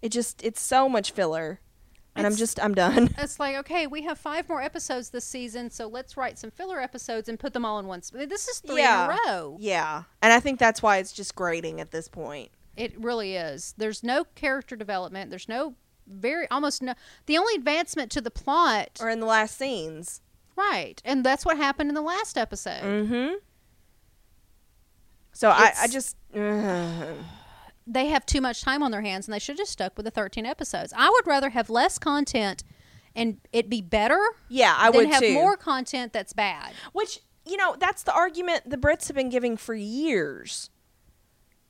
S1: It just it's so much filler. And I'm
S2: It's-
S1: just I'm done.
S2: It's like, okay, we have five more episodes this season, so let's write some filler episodes and put them all in one. s- This is three in
S1: Yeah.
S2: a row.
S1: yeah. And I think that's why it's just grating at this point.
S2: It really is. There's no character development. There's no very almost no. The only advancement to the plot,
S1: Or in the last scenes.
S2: right? And that's what happened in the last episode.
S1: Mhm. So I, I
S2: It's-
S1: just
S2: They have too much time on their hands, and they should have just stuck with the 13 episodes. I would rather have less content, and it be better.
S1: yeah, I
S2: than
S1: would
S2: have
S1: too.
S2: more content that's bad.
S1: Which, you know, that's the argument the Brits have been giving for years.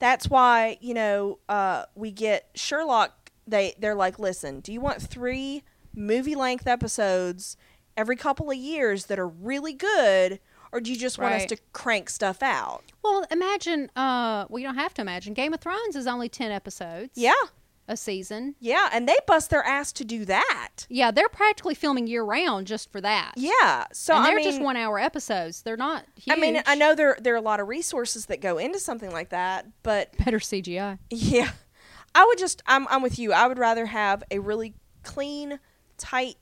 S1: That's why, you know, uh, we get Sherlock. They, they're like, listen, do you want three movie length episodes every couple of years that are really good? Or do you just want us
S2: Right.
S1: to crank stuff out?
S2: Well, imagine. Uh, well, you don't have to imagine. Game of Thrones is only ten episodes.
S1: Yeah.
S2: a season.
S1: Yeah. And they bust their ass to do that.
S2: Yeah, they're practically filming year round just for that.
S1: Yeah. So
S2: and
S1: I
S2: they're
S1: mean,
S2: just one hour episodes. They're not. Huge.
S1: I mean, I know there there are a lot of resources that go into something like that, but
S2: better CGI.
S1: Yeah. I would just I'm I'm with you. I would rather have a really clean, tight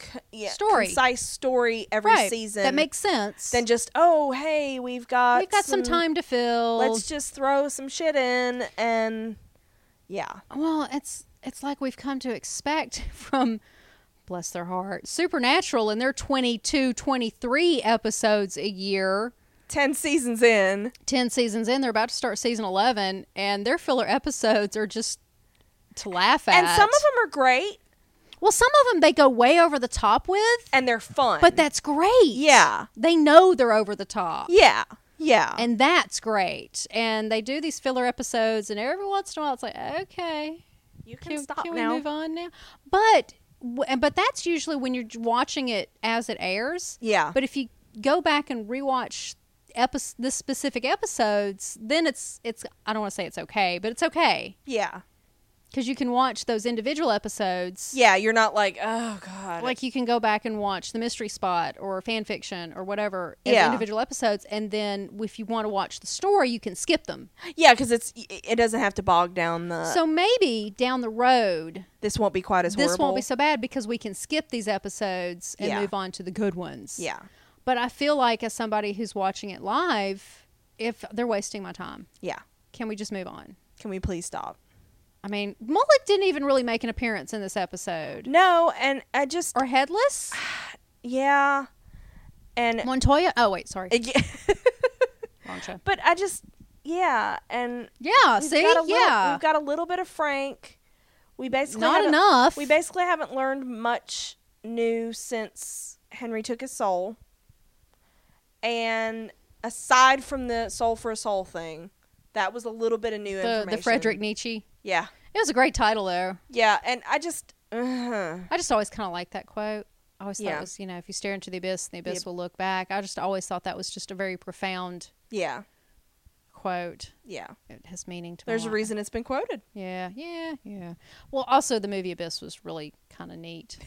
S1: c- yeah,
S2: Story.
S1: concise story every
S2: right.
S1: season
S2: that makes sense.
S1: than just oh, hey, we've got
S2: We've got some time to fill.
S1: Let's just throw some shit in and yeah.
S2: well, it's it's like we've come to expect from bless their heart supernatural and their 22 23 episodes a year
S1: 10 seasons in.
S2: 10 seasons in. They're about to start season 11, and their filler episodes are just to laugh at.
S1: And some of them are great
S2: well, some of them they go way over the top with,
S1: and they're fun.
S2: but that's great.
S1: Yeah.
S2: They know they're over the top.
S1: yeah. Yeah.
S2: And that's great. And they do these filler episodes, and every once in a while it's like, okay,
S1: you can,
S2: can,
S1: stop
S2: can we
S1: now.
S2: move on now? But, w- and- but that's usually when you're j- watching it as it airs.
S1: Yeah.
S2: But if you go back and rewatch epi- this specific episodes, then it's, it's, I don't want to say it's okay, but it's okay.
S1: yeah.
S2: Because you can watch those individual episodes.
S1: Yeah, you're not like, oh god.
S2: like you can go back and watch the mystery spot or fan fiction or whatever as
S1: Yeah.
S2: individual episodes and then if you want to watch the story you can skip them
S1: yeah, cuz it's it doesn't have to bog down the
S2: so maybe down the road
S1: this won't be quite as
S2: this
S1: horrible.
S2: won't be so bad because we can skip these episodes and
S1: Yeah.
S2: move on to the good ones
S1: Yeah.
S2: but i feel like as somebody who's watching it live if they're wasting my time
S1: Yeah.
S2: can we just move on
S1: Can we please stop?
S2: i mean mullet didn't even really make an appearance in this episode
S1: No, and I just
S2: or headless
S1: yeah. And
S2: montoya oh wait sorry wrong show
S1: but I just yeah, and
S2: yeah
S1: we've
S2: see
S1: got a little-
S2: yeah
S1: we've got a little bit of Frank. We basically
S2: not
S1: haven't-
S2: enough
S1: We basically haven't learned much new since Henry took his soul. And aside from the soul for a soul thing, that was a little bit of new
S2: the,
S1: information.
S2: the Frederick Nietzsche.
S1: Yeah.
S2: It was a great title, though.
S1: Yeah. And I just. Uh,
S2: I just always kind of liked that quote. I always thought
S1: Yeah.
S2: it was, you know, if you stare into the abyss, the abyss
S1: Yep.
S2: will look back. I just always thought that was just a very profound
S1: yeah.
S2: quote.
S1: Yeah.
S2: It has meaning to my
S1: There's a
S2: life.
S1: reason it's been quoted.
S2: Yeah, yeah, yeah. Well, also the movie Abyss was really kind of neat.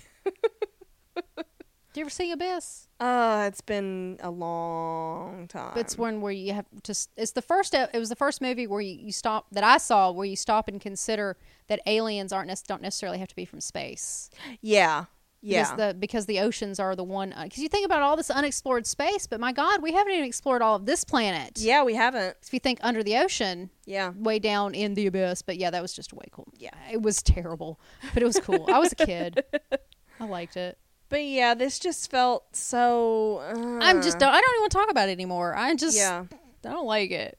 S2: Do you ever see Abyss?
S1: Uh, it's been a long time.
S2: It's one where you have just. It's the first. e, It was the first movie where you, you stop that I saw where you stop and consider that aliens aren't nec- don't necessarily have to be from space.
S1: yeah. Yeah.
S2: Because the because the oceans are the one because you think about all this unexplored space, but my God, we haven't even explored all of this planet.
S1: yeah, we haven't.
S2: If you think under the ocean,
S1: Yeah.
S2: way down in the abyss, but yeah, that was just way cool.
S1: Yeah.
S2: it was terrible, but it was cool. I was a kid. I liked it.
S1: But yeah, this just felt so. Uh,
S2: I'm just I don't even want to talk about it anymore. I just
S1: Yeah.
S2: I don't like it.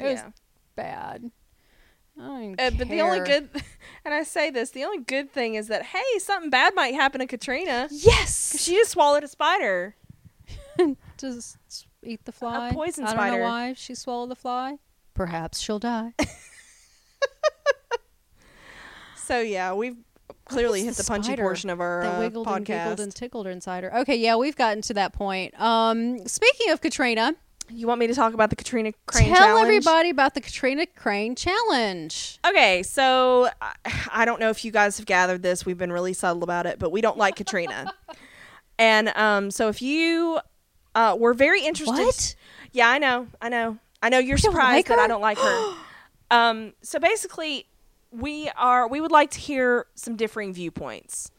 S2: It was
S1: yeah.
S2: bad. I don't even
S1: Uh, but the only
S2: care.
S1: good, and I say this, the only good thing is that hey, something bad might happen to Katrina.
S2: yes,
S1: She just swallowed a spider.
S2: just eat the fly.
S1: poison
S2: I don't
S1: spider.
S2: know why she swallowed the fly. Perhaps she'll die.
S1: So yeah, we've clearly hit
S2: was
S1: the,
S2: the
S1: punchy
S2: spider
S1: portion of our
S2: that
S1: uh,
S2: wiggled and giggled
S1: podcast.
S2: and tickled her inside her. Okay, yeah, we've gotten to that point. Um, speaking of Katrina,
S1: You want me to talk about the Katrina Crane
S2: tell
S1: challenge?
S2: everybody about the Katrina Crane challenge.
S1: Okay, so I- I don't know if you guys have gathered this. We've been really subtle about it, but we don't like Katrina. And um, so if you uh, were very interested,
S2: What?
S1: Yeah, I know, I know, I know. You're
S2: don't
S1: surprised
S2: like
S1: that I
S2: her?
S1: don't like her. um, so basically, we are. We would like to hear some differing viewpoints.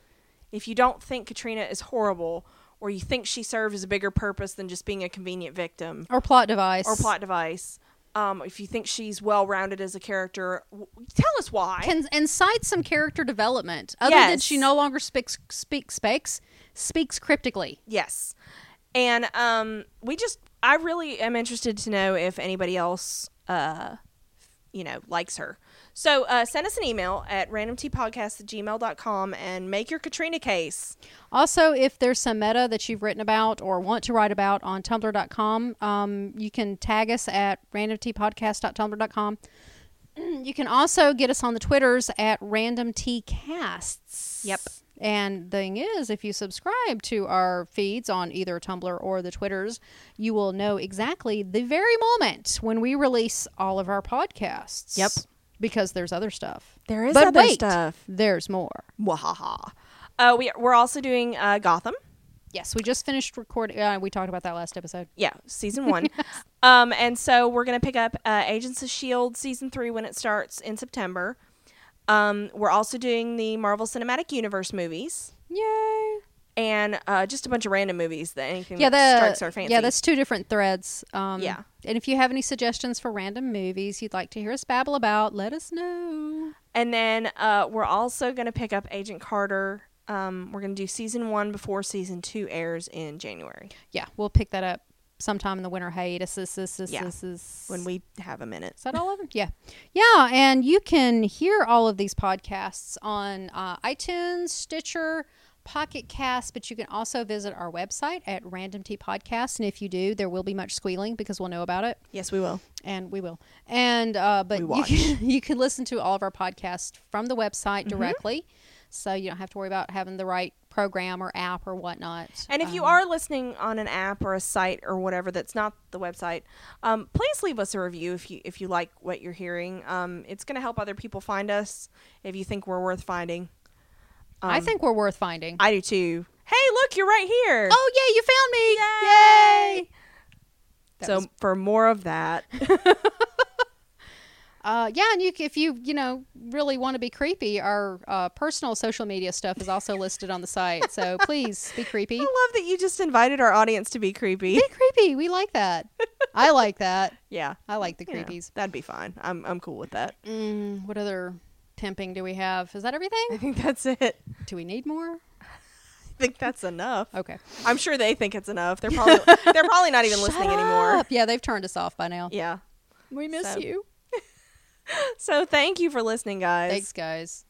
S1: If you don't think Katrina is horrible, or you think she served as a bigger purpose than just being a convenient victim,
S2: Or plot device.
S1: or plot device. Um, if you think she's well rounded as a character, w- tell us why.
S2: Can and cite some character development. Other than
S1: Yes.
S2: she no longer speaks speaks speaks speaks cryptically.
S1: yes, and um, we just I really am interested to know if anybody else, uh, you know, likes her. So uh, send us an email at randomtpodcast at gmail.com and make your Katrina case.
S2: Also, if there's some meta that you've written about or want to write about on tumblr.com, um, you can tag us at randomtpodcast.tumblr.com. You can also get us on the Twitters at randomtcasts.
S1: Yep.
S2: And thing is, if you subscribe to our feeds on either Tumblr or the Twitters, you will know exactly the very moment when we release all of our podcasts.
S1: Yep.
S2: Because there's other stuff.
S1: There is
S2: but
S1: other
S2: wait,
S1: stuff.
S2: There's more.
S1: Wahaha. Uh, we we're also doing uh, Gotham.
S2: Yes, we just finished recording. Uh, we talked about that last episode.
S1: yeah, season one. um, and so we're gonna pick up uh, Agents of Shield season three when it starts in September. Um, we're also doing the Marvel Cinematic Universe movies
S2: Yay!
S1: and uh, just a bunch of random movies that anything
S2: Yeah,
S1: that
S2: the,
S1: strikes our fancy.
S2: yeah, that's two different threads. Um,
S1: Yeah.
S2: and if you have any suggestions for random movies you'd like to hear us babble about, let us know.
S1: and then uh, we're also gonna pick up Agent Carter. Um, we're gonna do season one before season two airs in January.
S2: Yeah, we'll pick that up sometime in the winter hiatus. This, this, this,
S1: Yeah.
S2: this is
S1: when we have a minute.
S2: is that all of them? Yeah. Yeah. And you can hear all of these podcasts on uh, iTunes, Stitcher, Pocket Cast, but you can also visit our website at Random Tea Podcast. And if you do, there will be much squealing because we'll know about it
S1: Yes, we will.
S2: and we will. And uh, but
S1: We
S2: you
S1: watch. Mm-hmm.
S2: can, you can listen to all of our podcasts from the website directly, so you don't have to worry about having the right program or app or whatnot.
S1: And if you
S2: Um,
S1: are listening on an app or a site or whatever that's not the website, um, please leave us a review if you if you like what you're hearing. Um, it's going to help other people find us if you think we're worth finding.
S2: I
S1: um,
S2: think we're worth finding.
S1: I do too. Hey, look, you're right here.
S2: oh yeah,
S1: Yay!
S2: you found me! Yay! That
S1: so
S2: was-
S1: for more of that,
S2: uh, yeah, and you, c- if you you know really want to be creepy, our uh, personal social media stuff is also listed on the site. So please be creepy.
S1: I love that you just invited our audience to be creepy.
S2: Be creepy. We like that. I like that.
S1: Yeah,
S2: I like the
S1: you know,
S2: creepies.
S1: that'd be fine. I'm I'm cool with that.
S2: Mm, what other pimping do we have? Is that
S1: I
S2: everything?
S1: think that's it.
S2: Do we need more?
S1: I think that's enough.
S2: Okay.
S1: I'm sure they think it's enough. They're probably they're probably not even
S2: Shut
S1: listening anymore.
S2: up. Yeah, they've turned us off by now.
S1: Yeah.
S2: We miss
S1: So-
S2: you.
S1: So thank you for listening, guys.
S2: Thanks, guys.